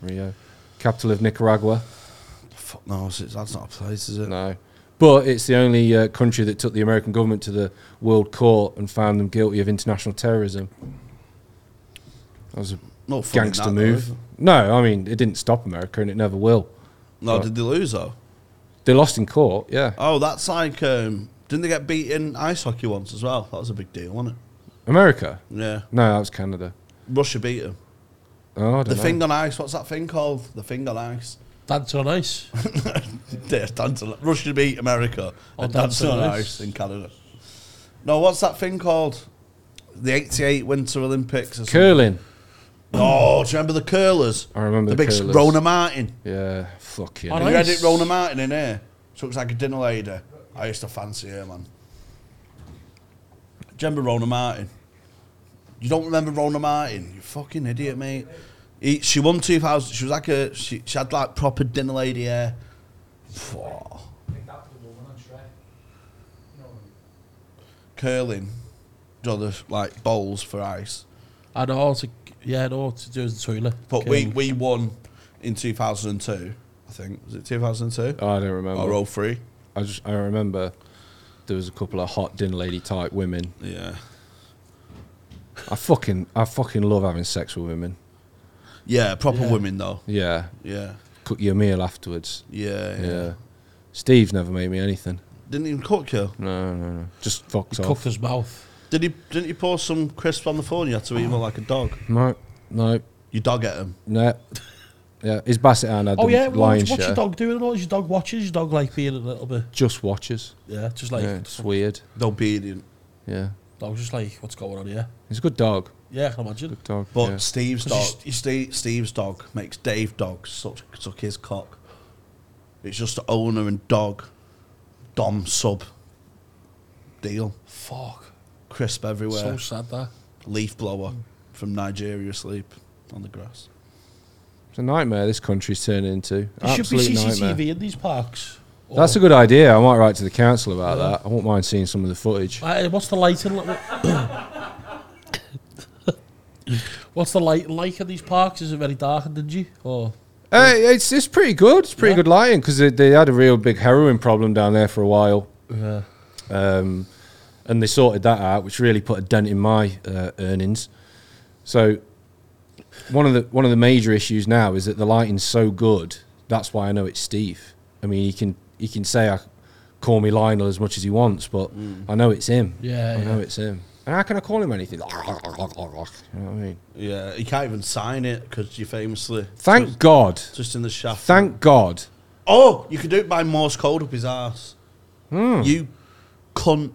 Rio. Capital of Nicaragua. Fuck no, it's- that's not a place, is it? No. But it's the only uh, country that took the American government to the World Court and found them guilty of international terrorism. That was a No fun in gangster that, though, move. is it? no, I mean, it didn't stop America and it never will. No, What? did they lose though? They lost in court, yeah. Oh, that's like um, didn't they get beat in ice hockey once as well? That was a big deal, wasn't it? America? Yeah, No, that was Canada. Russia beat them. Oh, I don't The know. thing on ice. What's that thing called? The thing on ice. That's so nice. Yeah, dance on, Russia beat America. Oh, Oh, dance on ice in Canada. No, what's that thing called? The '88 Winter Olympics. Or something. Curling. Oh, do you remember the curlers? I remember the, the big s- curlers. Rona Martin. Yeah, fucking. Oh, Have you had Nice. it, Rona Martin in here? She looks like a dinner lady. I used to fancy her, man. Do you remember Rona Martin? You don't remember Rona Martin? You fucking idiot, mate. He, she won 2000. She was like a. She, she had like proper dinner lady hair. Phew. Curling. Do the like bowls for ice. I know all to yeah, I know all to do is the toilet. But we, Um, we won in 2002, I think. Was it 2002? Oh, I don't remember. Or 03? I just I remember there was a couple of hot dinner lady type women. Yeah. I fucking I fucking love having sex with women. Yeah, proper Yeah. women though. Yeah, Yeah. cook your meal afterwards. yeah, yeah, Yeah. Steve never made me anything. Didn't even cook you. No, no, no. Just fucked he off. cooked his mouth. Did he? Didn't you pour some crisps on the phone? You had to eat them like a dog. No, no, You dog at him. no. Yeah, his basset hound had Oh the yeah, lion what's, what's your share. dog doing? and all? Is your dog watching? Is your dog like being a little bit? Just watches. Yeah, just like yeah, it's weird. Obedient. Yeah, dog, just like what's going on here? he's a good dog. Yeah, I can imagine. Good dog. But yeah. Steve's 'Cause dog, he's- he's- Steve, Steve's dog makes Dave dog suck, suck his cock. It's just the owner and dog, dom sub deal. Fuck, Crisp everywhere. so sad that. Leaf blower from Nigeria sleep on the grass. it's a nightmare. This country's turning into. There should be Absolute CCTV nightmare. in these parks. Or- That's a good idea. I might write to the council about that. I won't mind seeing some of the footage. Uh, what's the lighting? Li- what's the light like in these parks? Is it very dark and dingy? Or Uh, it's it's pretty good. It's pretty Yeah. good lighting because they, they had a real big heroin problem down there for a while, yeah, um, and they sorted that out, which really put a dent in my uh, earnings. So one of the one of the major issues now is that the lighting's so good. That's why I know it's Steve. I mean, he can he can say I call me Lionel as much as he wants, but I know it's him. Mm. Yeah, I know yeah. it's him. And how can I call him anything? you know what I mean? Yeah, you can't even sign it because you famously Thank God. just in the shaft. Thank God. Oh, you could do it by Morse code up his ass. Hmm. You cunt.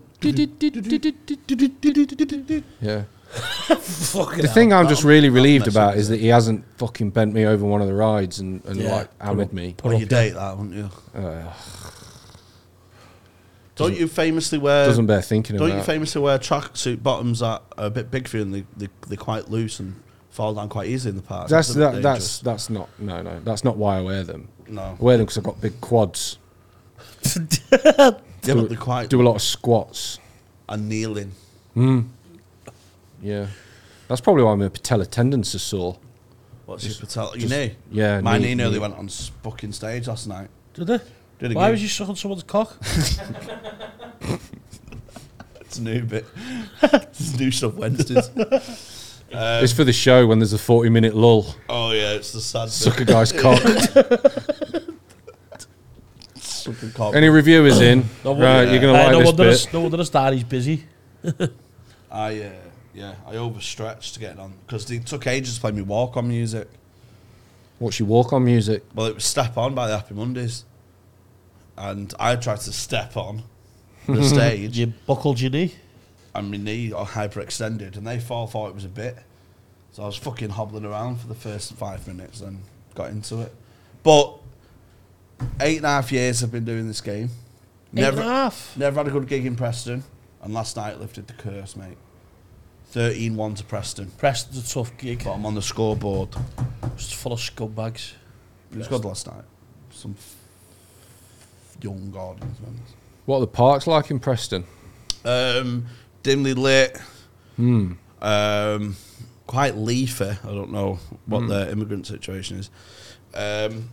Yeah. fucking The hell. thing I'm just really relieved mess about up, is that he hasn't fucking bent me over one of the rides and, and Yeah. like hammered me. Well, you date that, wouldn't you? don't you famously wear? Doesn't bear thinking don't you about. famously wear tracksuit bottoms that are a bit big for you and they, they they're quite loose and fall down quite easily in the park? That's It's a bit that, that's Oh, dangerous. that's not no no that's not why I wear them. No. I wear them because I've got big quads. yeah, but they're quite Do a lot of squats. and kneeling. Yeah, that's probably why my patellar tendons are sore. What's your patella? Your knee? yeah, my knee- knee, nearly knee. went on s- fucking stage last night. Did it? Did it Why again. was you sucking someone's cock? It's new bit. it's new stuff Wednesdays. Um, it's for the show when there's a 40 minute lull. oh yeah, it's the sad Suck a guy's cock. Fucking cock. Any reviewers in? No right, wonder- you're gonna Uh, no like wonder this this bit. no wonder this daddy's busy. I uh, yeah, I overstretched to get it on because they took ages to play me walk on music. What's your walk on music? Well, it was Step On by the Happy Mondays, and I tried to step on the stage, You buckled your knee. and my knee got hyperextended, and they all thought it was a bit. So I was fucking hobbling around for the first five minutes, and got into it. But eight and a half years I've been doing this game. Eight and a half. Never had a good gig in Preston, and last night lifted the curse, mate. 13-1 to Preston, Preston's a tough gig. but I'm on the scoreboard. It's full of scumbags. It was good last night. Some f- young gardens. man. What are the parks like in Preston? Um, dimly lit. Hmm. Um, quite leafy. I don't know what Hmm. the immigrant situation is. Um,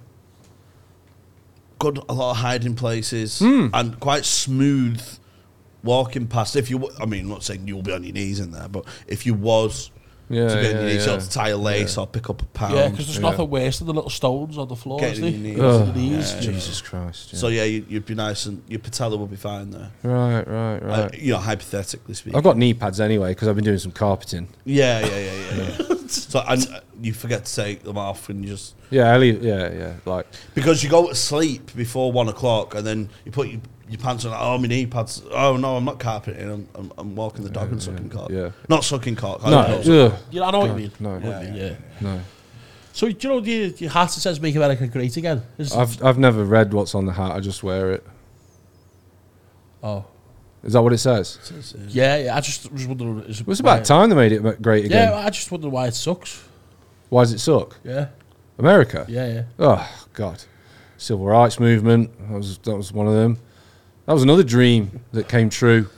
good, a lot of hiding places Hmm. and quite smooth walking past. If you, w- I mean, I'm not saying you'll be on your knees in there, but if you was Yeah, So then yeah, you need yeah. sort of tie a lace or pick up a pound. Yeah, because there's nothing worse than the little stones on the floor. Get is it there? in your knees. Get it in your Ugh. knees. Yeah. Jesus Christ. yeah. so yeah, you, you'd be nice and your patella would be fine there. right, right, right. Like, you know, hypothetically speaking. I've got knee pads anyway because I've been doing some carpeting. Yeah, yeah, yeah, yeah. yeah. so and uh, you forget to take them off and you just Yeah, I leave, yeah, yeah. Like, because you go to sleep before one o'clock and then you put your, your pants on. Oh, my knee pads. Oh no, I'm not carpeting. I'm, I'm, I'm walking the dog and sucking cock. yeah. not sucking cock. I no, don't know. ugh, Yeah, I know what you mean. no, What you mean, Oh, yeah. no. So do you know the your hat that says "Make America Great Again"? Is, I've I've never read what's on the hat. I just wear it. oh, Is that what it says? yeah, yeah. I just was wondering. Is Well, it's about time they made it great again. Yeah, I just wonder why it sucks. Why does it suck? Yeah, America. yeah, yeah. Oh God, civil rights movement. That was that was one of them. That was another dream that came true.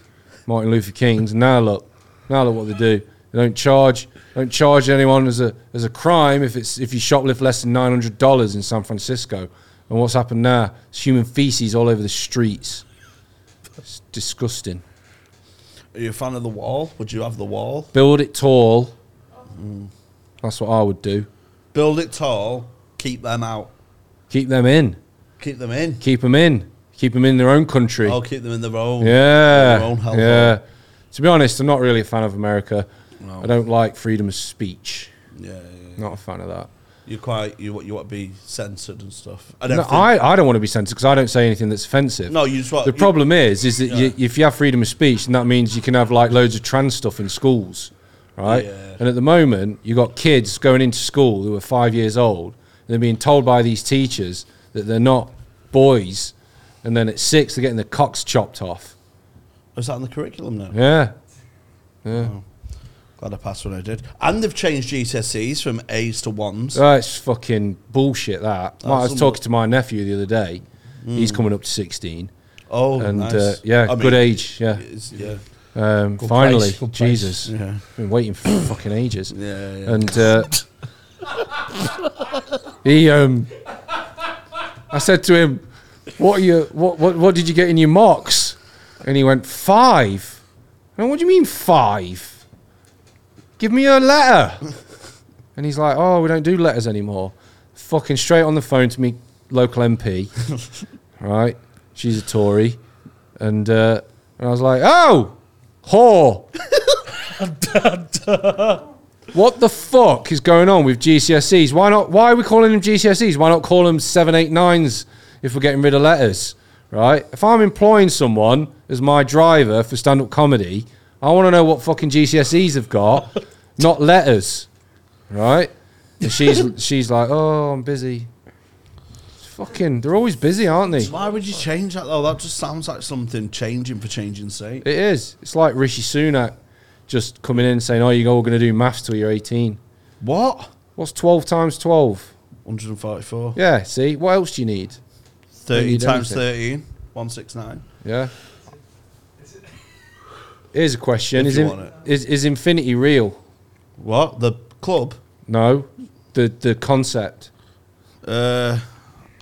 Martin Luther King's. Now look, now look what they do. They don't charge don't charge anyone as a as a crime if it's if you shoplift less than nine hundred dollars in San Francisco. And what's happened now? It's human feces all over the streets. It's disgusting. Are you a fan of the wall? Would you have the wall? Build it tall. That's what I would do. Build it tall. Keep them out. Keep them in. Keep them in. Keep them in. Keep them in their own country. I'll keep them in their own. Yeah. Their own hellhole. yeah. To be honest, I'm not really a fan of America. I don't like freedom of speech. Yeah, yeah, yeah. Not a fan of that. You're quite. You want you want to be censored and stuff. And No, everything. I, I don't want to be censored because I don't say anything that's offensive. No, you just want. The you- problem is, is that you, if you have freedom of speech, then that means you can have like loads of trans stuff in schools, right? Yeah. And at the moment, you got kids going into school who are five years old. And they're being told by these teachers that they're not boys, and then at six they're getting their cocks chopped off. Is that in the curriculum now? Yeah, Glad I passed when I did. And they've changed GCSEs from A's to ones. Oh, it's fucking bullshit. That Oh, I was some- talking to my nephew the other day. He's coming up to sixteen, oh, and nice. uh, yeah, I good mean, age. Yeah, it's- yeah. um, Good finally, place, good place. Jesus, Yeah. been waiting for fucking ages. Yeah, yeah. And uh, he, um, I said to him, "What are you? What, what what did you get in your mocks?" And he went five. And I, what do you mean five? Give me a letter. and he's like, "Oh, we don't do letters anymore." Fucking straight on the phone to me, local MP. right, she's a Tory, and uh, and I was like, "Oh, whore." What the fuck is going on with GCSEs? Why not? Why are we calling them GCSEs? Why not call them seven, eight, nines if we're getting rid of letters? Right? If I'm employing someone as my driver for stand-up comedy, I want to know what fucking GCSEs have got, not letters. Right? And she's she's like, oh, I'm busy. It's fucking, they're always busy, aren't they? Why would you change that though? That just sounds like something changing for changing sake. It is. It's like Rishi Sunak just coming in and saying, oh, you're all going to do maths till you're 18. What? What's 12 times 12? 144. Yeah, see, what else do you need? 13 need times everything. 13. 169. Yeah. Here's a question: If Is you in- want it. is is infinity real? What? The club? No, the the concept. Uh,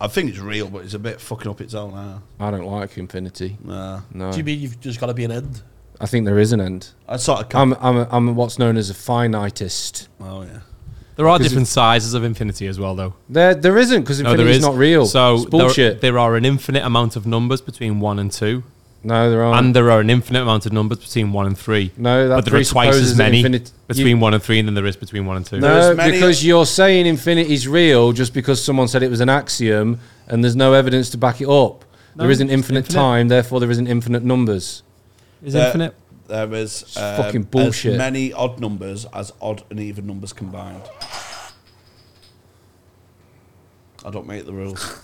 I think it's real, but it's a bit fucking up its own ass. I don't like infinity. Nah. No, Do you mean you've just got to be an end? I think there is an end. I sort of can't. I'm I'm a, I'm what's known as a finitist. oh, yeah. There are 'Cause different sizes of infinity as well, though. There there isn't because No, infinity's there is not real. So it's there- bullshit. There, are an infinite amount of numbers between one and two, no, there aren't. and there are an infinite amount of numbers between one and three. No, that but there are twice presupposes as that many infinite- you- between one and three, and then there is between one and two. no, as many- because you're saying infinity's real just because someone said it was an axiom, and there's no evidence to back it up. No, there isn't it's infinite, infinite. time, therefore there isn't infinite numbers. is Uh, infinite. There is um, fucking bullshit. as many odd numbers as odd and even numbers combined. I don't make the rules.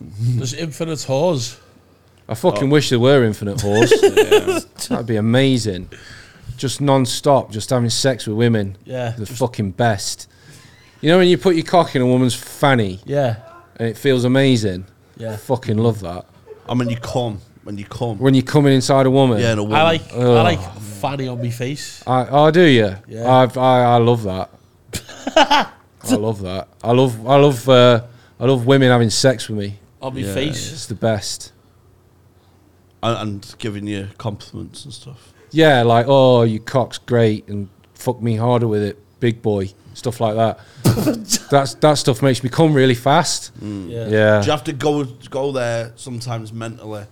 There's infinite whores. I fucking wish there were infinite whores. That'd be amazing. Just non-stop, just having sex with women. Yeah, the just- fucking best. You know when you put your cock in a woman's fanny Yeah, and it feels amazing. yeah. Fucking love that. I mean, you come when you come. When you're coming inside a woman. yeah, in a I woman. like I like fanny on my face. I, oh, do you? Yeah. I've, I I love that. I love that. I love I love uh, I love women having sex with me. On my Yeah, face. It's the best. and, and giving you compliments and stuff. Yeah, like oh, your cock's great, and fuck me harder with it, big boy, stuff like that. That's that stuff makes me come really fast. Mm. Yeah. Yeah, Do you have to go go there sometimes mentally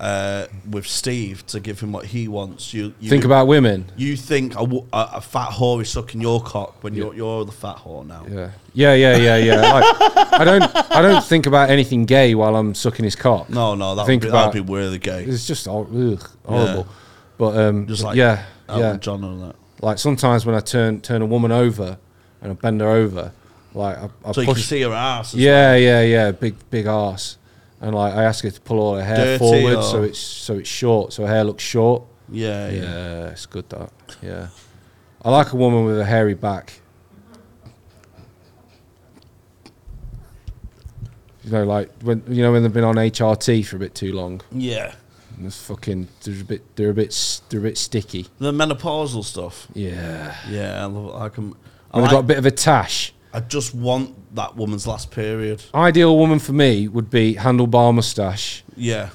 uh, with Steve to give him what he wants? You, you think about women. You think a, wo- a, a fat whore is sucking your cock when you're you're the fat whore now? Yeah, yeah, yeah, yeah, yeah. Like, I don't, I don't think about anything gay while I'm sucking his cock. No, no, that would Think be, that'd about- be really gay. it's just hor- ugh, horrible. But um, Just like yeah, Elton yeah. John and that. Like sometimes when I turn turn a woman over and I bend her over, like I, I So you can push. see her ass. and Yeah, yeah, yeah. Big big ass, and like I ask her to pull all her hair Dirty forward so or- it's so it's short, so her hair looks short. Yeah, Yeah, yeah. it's good that. Yeah, I like a woman with a hairy back. You know, like when you know when they've been on HRT for a bit too long. Yeah. And it's fucking. They're a bit. They're a bit. s- They're a bit sticky. The menopausal stuff. Yeah. Yeah, I, love, I can. I, When they've got a like, bit of a tash. I just want that woman's last period. Ideal woman for me would be handlebar mustache, Yeah.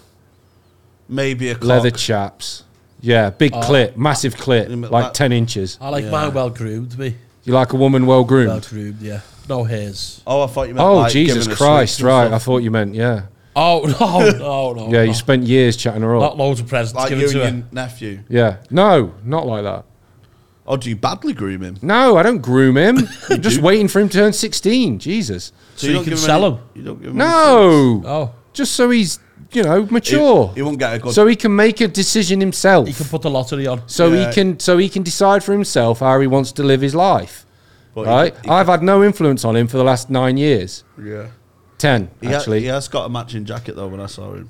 Maybe a cock. leather chaps. Yeah, big clip, massive clip, Mm, but like that- ten inches. I like Yeah. mine well groomed, me. You like a woman well Well groomed. groomed, yeah. No hairs. Oh, I thought you meant. Oh like, Jesus giving her Christ! sweets and Right, stuff. I thought you meant yeah. Oh no, no, no. Yeah, Oh, no. you spent years chatting her not up. loads of presents like you given and to your her. nephew. Yeah, no, not like that. Or do you badly groom him? No, I don't groom him. I'm just waiting for him to turn sixteen. Jesus, So you don't can give sell any- him? You don't give him any sweets. no, Oh, just so he's you know He- mature. He, won't get a good. so he can make a decision himself. you can put the lottery on. so Yeah. he can so he can decide for himself how he wants to live his life. but he- right? he- I've had no influence on him for the last nine years. yeah. Ten, He, ha- actually. he has got a matching jacket though. When I saw him,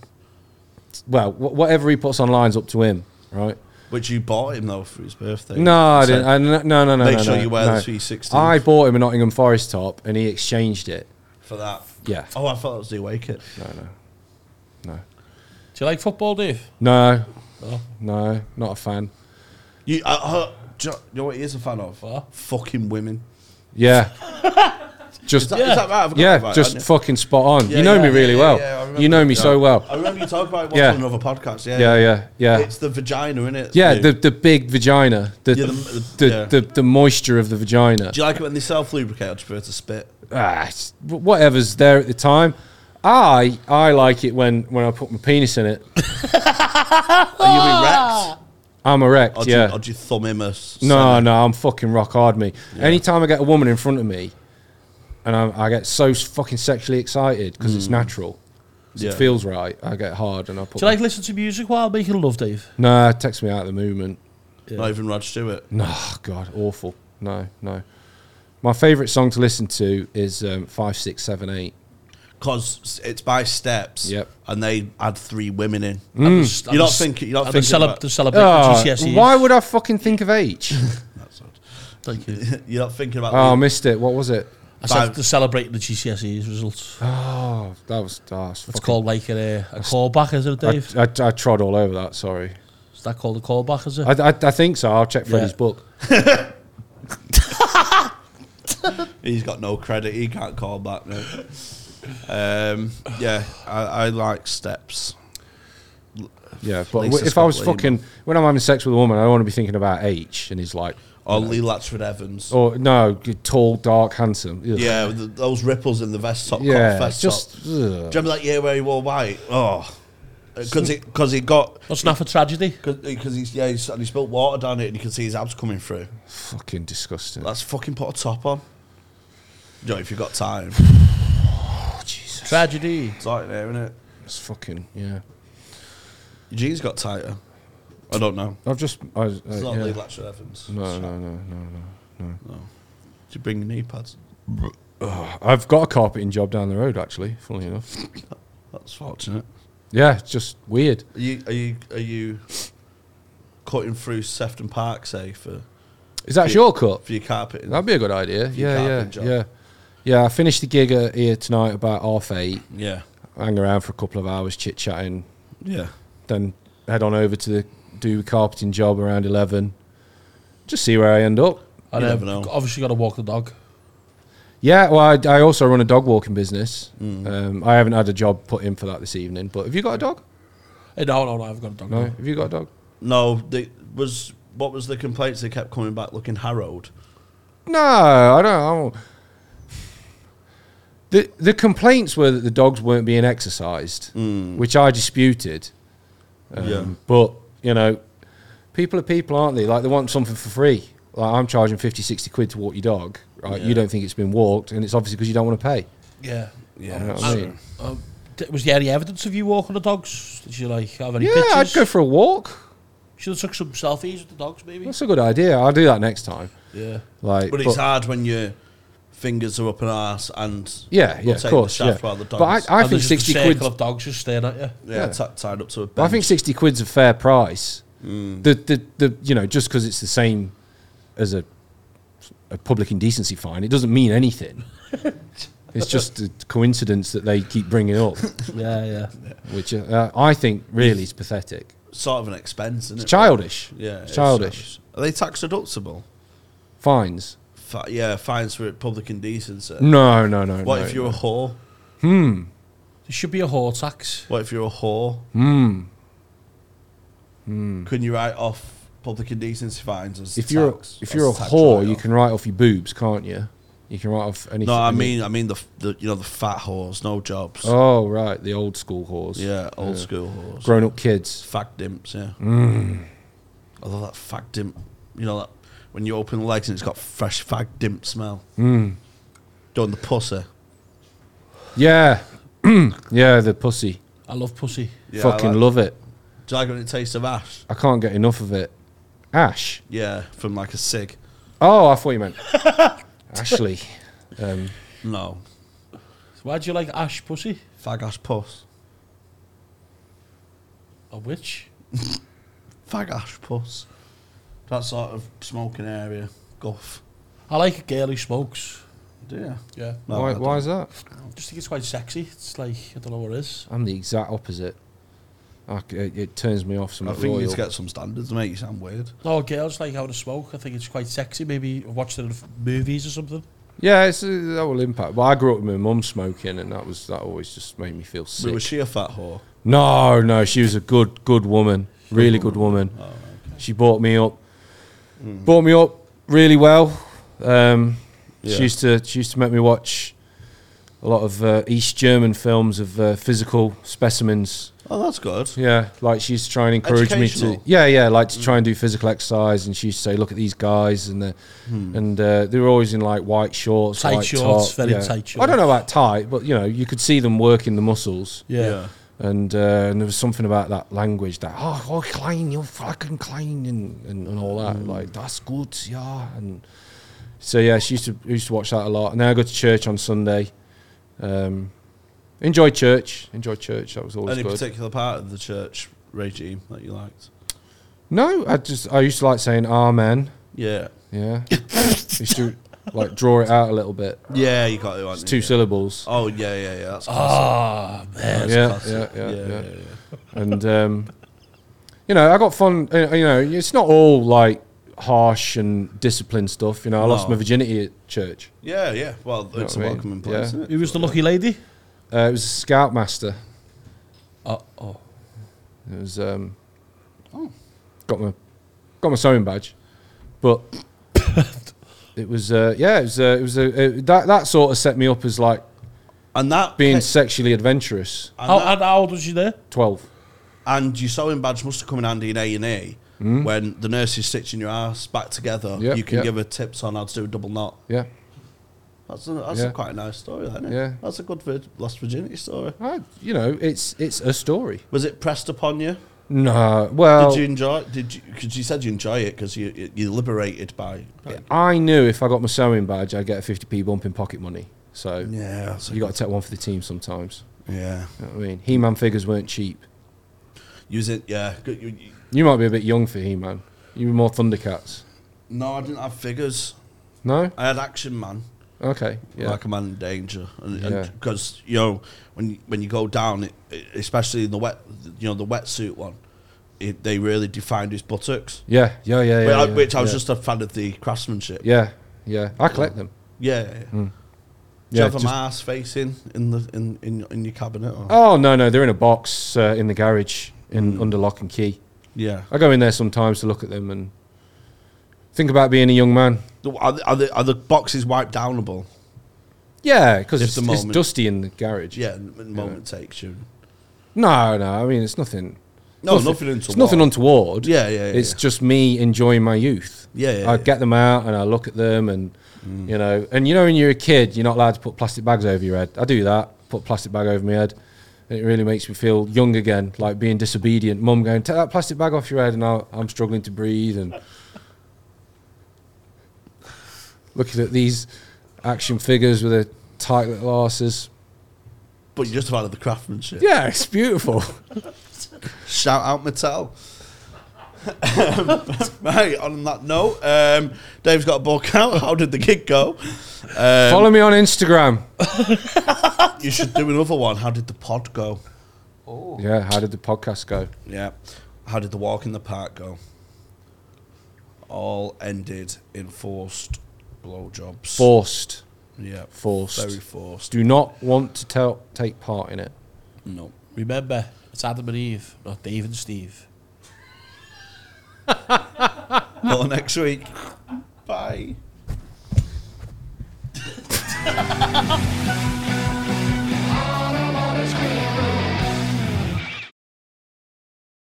Well, wh- whatever he puts on line's up to him, right? which you bought him though for his birthday. No, I So- didn't. I, no, no, no, no. Make no, sure no, you wear no. this for your 16th. I bought him a Nottingham Forest top, and he exchanged it. for that. Yeah. Oh, I thought it was the awake it. Do you like football, Dave? No, Oh. no, not a fan. You, I, I, do you know- you know what he is a fan of? What? Fucking women. Yeah, Is just that, is that right? I've got yeah, that right, just haven't I? fucking spot on. Yeah, you know yeah, me yeah, really yeah, well. yeah, I remember. you know me so well. I remember you talking about it once Yeah. on another podcast. Yeah, Yeah, yeah, yeah. It's the vagina, isn't it? Yeah, the, the big vagina, the Yeah, the, the- the, yeah. the moisture of the vagina. Do you like it when they self lubricate? I prefer to spit. Ah, it's wh- whatever's there at the time. I I like it when when I put my penis in it. Are you erect? I'm erect. Or do, yeah. you, or do you thumb him a s- no, seven? no, I'm fucking rock hard. Me. Anytime I get a woman in front of me, and I, I get so s- fucking sexually excited because it's natural. 'Cause Mm. Yeah. It feels right. I get hard and I put. Do you like listen to music while making love, Dave? nah, it takes me out of the movement. Not even Rod Stewart. No, God, awful. No, no. My favourite song to listen to is um, five, six, seven, eight. Because it's by steps. Yep. And they add three women in. I'm just- I'm Mm. You're not just- thinking- you're not I'm thinking celeb- about- the celebrate Ah, E GCSEs. why would I fucking think of H? That's odd. Thank you. You're not thinking about oh, I the- missed it. What was it? I Five- Ah, said to celebrate the GCSEs E results. Oh, that was. Oh, it's It's fucking- called like a, a callback, is it, Dave? I, I, I trod all over that. Sorry. is that called a callback? Is it? I, I, I think so. I'll check Freddie's Yeah. book. He's got no credit. He can't call back now. um, yeah, I, I like steps. Yeah, but Lisa if I was Scott Lee, fucking when I'm having sex with a woman, I don't want to be thinking about H. And he's like, Or Lee Latchford Evans. or no, g- tall, dark, handsome. Ugh. Yeah, with the, those ripples in the vest top. yeah, Yeah, vest just top. ugh. Do you remember that year where he wore white? Oh, because he, 'cause he got What's not for tragedy? because he's yeah he's, and he spilled water down it and you can see his abs coming through. fucking disgusting. That's fucking put a top on. You know, if you got time, Tragedy. it's like there, isn't it? That's fucking yeah. Your jeans got tighter. I don't know. I've just I, was- uh, It's not yeah. Lee Latchford Evans. no, no, no, no, no. Did you bring your knee pads? I've got a carpeting job down the road actually. Funnily enough, That's fortunate. yeah, it's just weird. Are you are you are you cutting through Sefton Park say for Is that shortcut? for your carpet? That'd be a good idea. Few Yeah, yeah, carpet job. yeah, yeah. I finished the gig uh, here tonight about half eight. yeah, Hang around for a couple of hours, chit chatting, yeah. then head on over to the do a carpeting job around eleven. Just see where I end up. And, You um, never know. Obviously, got to walk the dog. Yeah, well, I, I also run a dog walking business. Um, I haven't had a job put in for that this evening. But have you got a dog? Eh, No, no, no, I've got a dog. No, now. have you got a dog? No, they was what was the complaints? They kept coming back looking harrowed. No, I don't. I don't- The the complaints were that the dogs weren't being exercised, which I disputed. Um, yeah. But you know, people are people, aren't they? Like they want something for free. Like I'm charging 50, 60 quid to walk your dog. Right? You don't think it's been walked, and it's obviously because you don't want to pay. Yeah. You know Yeah. what I so- mean? Um, d- was there any evidence of you walking the dogs? Did you like have any Yeah, pictures? I'd go for a walk. Should have took some selfies with the dogs, maybe. That's a good idea. I'll do that next time. Yeah. Like, But it's hard when your fingers are up an arse and yeah, yeah, of rotating the course. shaft yeah. while the but I, dog's- I think And there's just sixty a quid. circle of dogs just staring at you. yeah, Yeah. ti- tied up to a bench. I think sixty quid's a fair price. The, the the you know just because it's the same as a a public indecency fine, it doesn't mean anything. it's just a coincidence that they keep bringing up, Yeah, yeah. which uh, I think really is pathetic. sort of an expense, isn't It's it? childish. Yeah, it's it's- childish Are they tax deductible? fines. Fi- yeah, fines for public indecency. No, no, no. What no, if you're a no. whore? There should be a whore tax. What if you're a whore? Hmm. Can you write off public indecency fines as if you're tax- if as you're a tax whore, you write-off? can write off your boobs, can't you? You can write off anything. No, I mean, I mean the, f- the you know the fat whores, no jobs. Oh right, the old school whores. Yeah, old school whores. grown up kids. Fag dimps, yeah. Mm. I love that fag dimp. You know that when you open the legs and it's got fresh fag dimp smell. Mm. Doing the pussy. Yeah, yeah, the pussy. I love pussy. Yeah, I Fucking like- love it. Do you like when it tastes of ash? I can't get enough of it. Ash. Yeah, from like a cig. Oh, I thought you meant Ashley. Um, No, Why do you like ash pussy? fag ash puss. A witch? Fag ash puss. That sort of smoking area. Guff. I like a girl who smokes. Do you? Yeah. No, I why, don't. why is that? Just think it's quite sexy. It's like I don't know what it is. I'm the exact opposite. I c it, it turns me off. Some I think you need royal. to get some standards, mate. You sound weird. No, girls like having a smoke. I think it's quite sexy. Maybe I've watched it in f- movies or something. yeah, it's, uh, that will impact. But I grew up with my mum smoking, and that was that always just made me feel sick. Was she a fat whore? No, no, she was a good, good woman. Really good woman. She brought me up, brought me up really well. Um, Yeah. She used to, she used to make me watch a lot of uh, East German films of uh, physical specimens. Oh, that's good. Yeah, like she used to try and encourage me to. Educational. Yeah, yeah, like Mm. to try and do physical exercise, and she used to say, "Look at these guys," and the, and uh, they were always in like white shorts, Hmm. Tight white shorts, top. very yeah. tight I don't know about tight, but you know, you could see them working the muscles Yeah. and uh, and there was something about that language that oh, oh Klein, you're fucking Klein, and, and, and all Hmm. that. Like that's good, yeah. And so yeah, she used to used to watch that a lot. And then I go to church on Sunday. Um, enjoy church, enjoy church. That was always Any good. particular part of the church regime that you liked? no, I just I used to like saying Amen. Yeah. Yeah, used to like draw it out a little bit. Yeah, you got it. It's two syllables. Oh yeah, yeah, yeah. That's Ah man. Yeah, yeah, yeah, yeah. and um, you know, I got fun. uh, You know, it's not all like harsh and disciplined stuff. You know, I lost No. my virginity at church. yeah, yeah. Well, know it's what I a mean? welcoming Yeah. place, isn't it? Who was the lucky lady? Uh, it was a scoutmaster. Uh, oh. It was um, got my got my sewing badge, but it was uh, yeah, it was uh, it was uh, uh, that that sort of set me up as like And that being and, sexually adventurous. How, that- and how old was she there? Twelve. and your sewing badge must have come in handy in A and E Hmm? when the nurse is stitching your ass back together. Yeah, you can yeah. give her tips on how to do a double knot. Yeah, That's a, that's Yeah. a quite a nice story, isn't it? Yeah. That's a good vid- lost virginity story. I, you know, it's it's a story. Was it pressed upon you? No, well, Did you enjoy? Did you? Because you said you enjoy it because you you- you're liberated by. Yeah, I knew if I got my sewing badge, I'd get a 50p bump in pocket money. So that's a- you got to take one for the team sometimes. yeah. You know what I mean, He Man figures weren't cheap. Use it. Yeah. Good, you- you- You might be a bit young for He Man. You were more Thundercats. no, I didn't have figures. No? I had Action Man. Okay. Yeah. like a man in danger, and Yeah. because you know when you- when you go down, it, it- especially in the wet, you know the wetsuit one, it, they really defined his buttocks, yeah. Yeah. Yeah. Yeah. But I- yeah, which I was yeah. just a fan of the craftsmanship. Yeah, Yeah. Yeah. I collect them. yeah. yeah. Do Yeah, you have a just- mass facing in the in in, in your cabinet? Or? Oh, no, no. They're in a Hmm. box uh, in the garage in under lock and key. Yeah, I go in there sometimes to look at them and Think about being a young man. Are the, are the, are the boxes wipe downable? Yeah, because Just it's, a it's moment. dusty in the garage. Yeah, the moment takes you. No, no. I mean, it's nothing. No, nothing untoward. It's nothing untoward. Yeah, yeah, yeah, It's yeah. just me enjoying my youth. Yeah, yeah, I yeah. get them out and I look at them, and you know, and you know, when you're a kid, you're not allowed to put plastic bags over your head. I do that. Put a plastic bag over my head. And it really makes me feel young again, like being disobedient. Mum going, take that plastic bag off your head, and i I'm struggling to breathe and looking at these action figures with their tight little asses. But you're just about the craftsmanship. Yeah, it's beautiful. Shout out Mattel. right, on that note, um, Dave's got a book out. How did the gig go? Follow me on Instagram. You should do another one. How did the pod go? Yeah, how did the podcast go? Yeah. How did the walk in the park go? All ended in forced blowjobs. Forced. Yeah. Forced. Very forced. Do not want to tell, take part in it. No. Remember, it's Adam and Eve, not Dave and Steve. Till next week. Bye.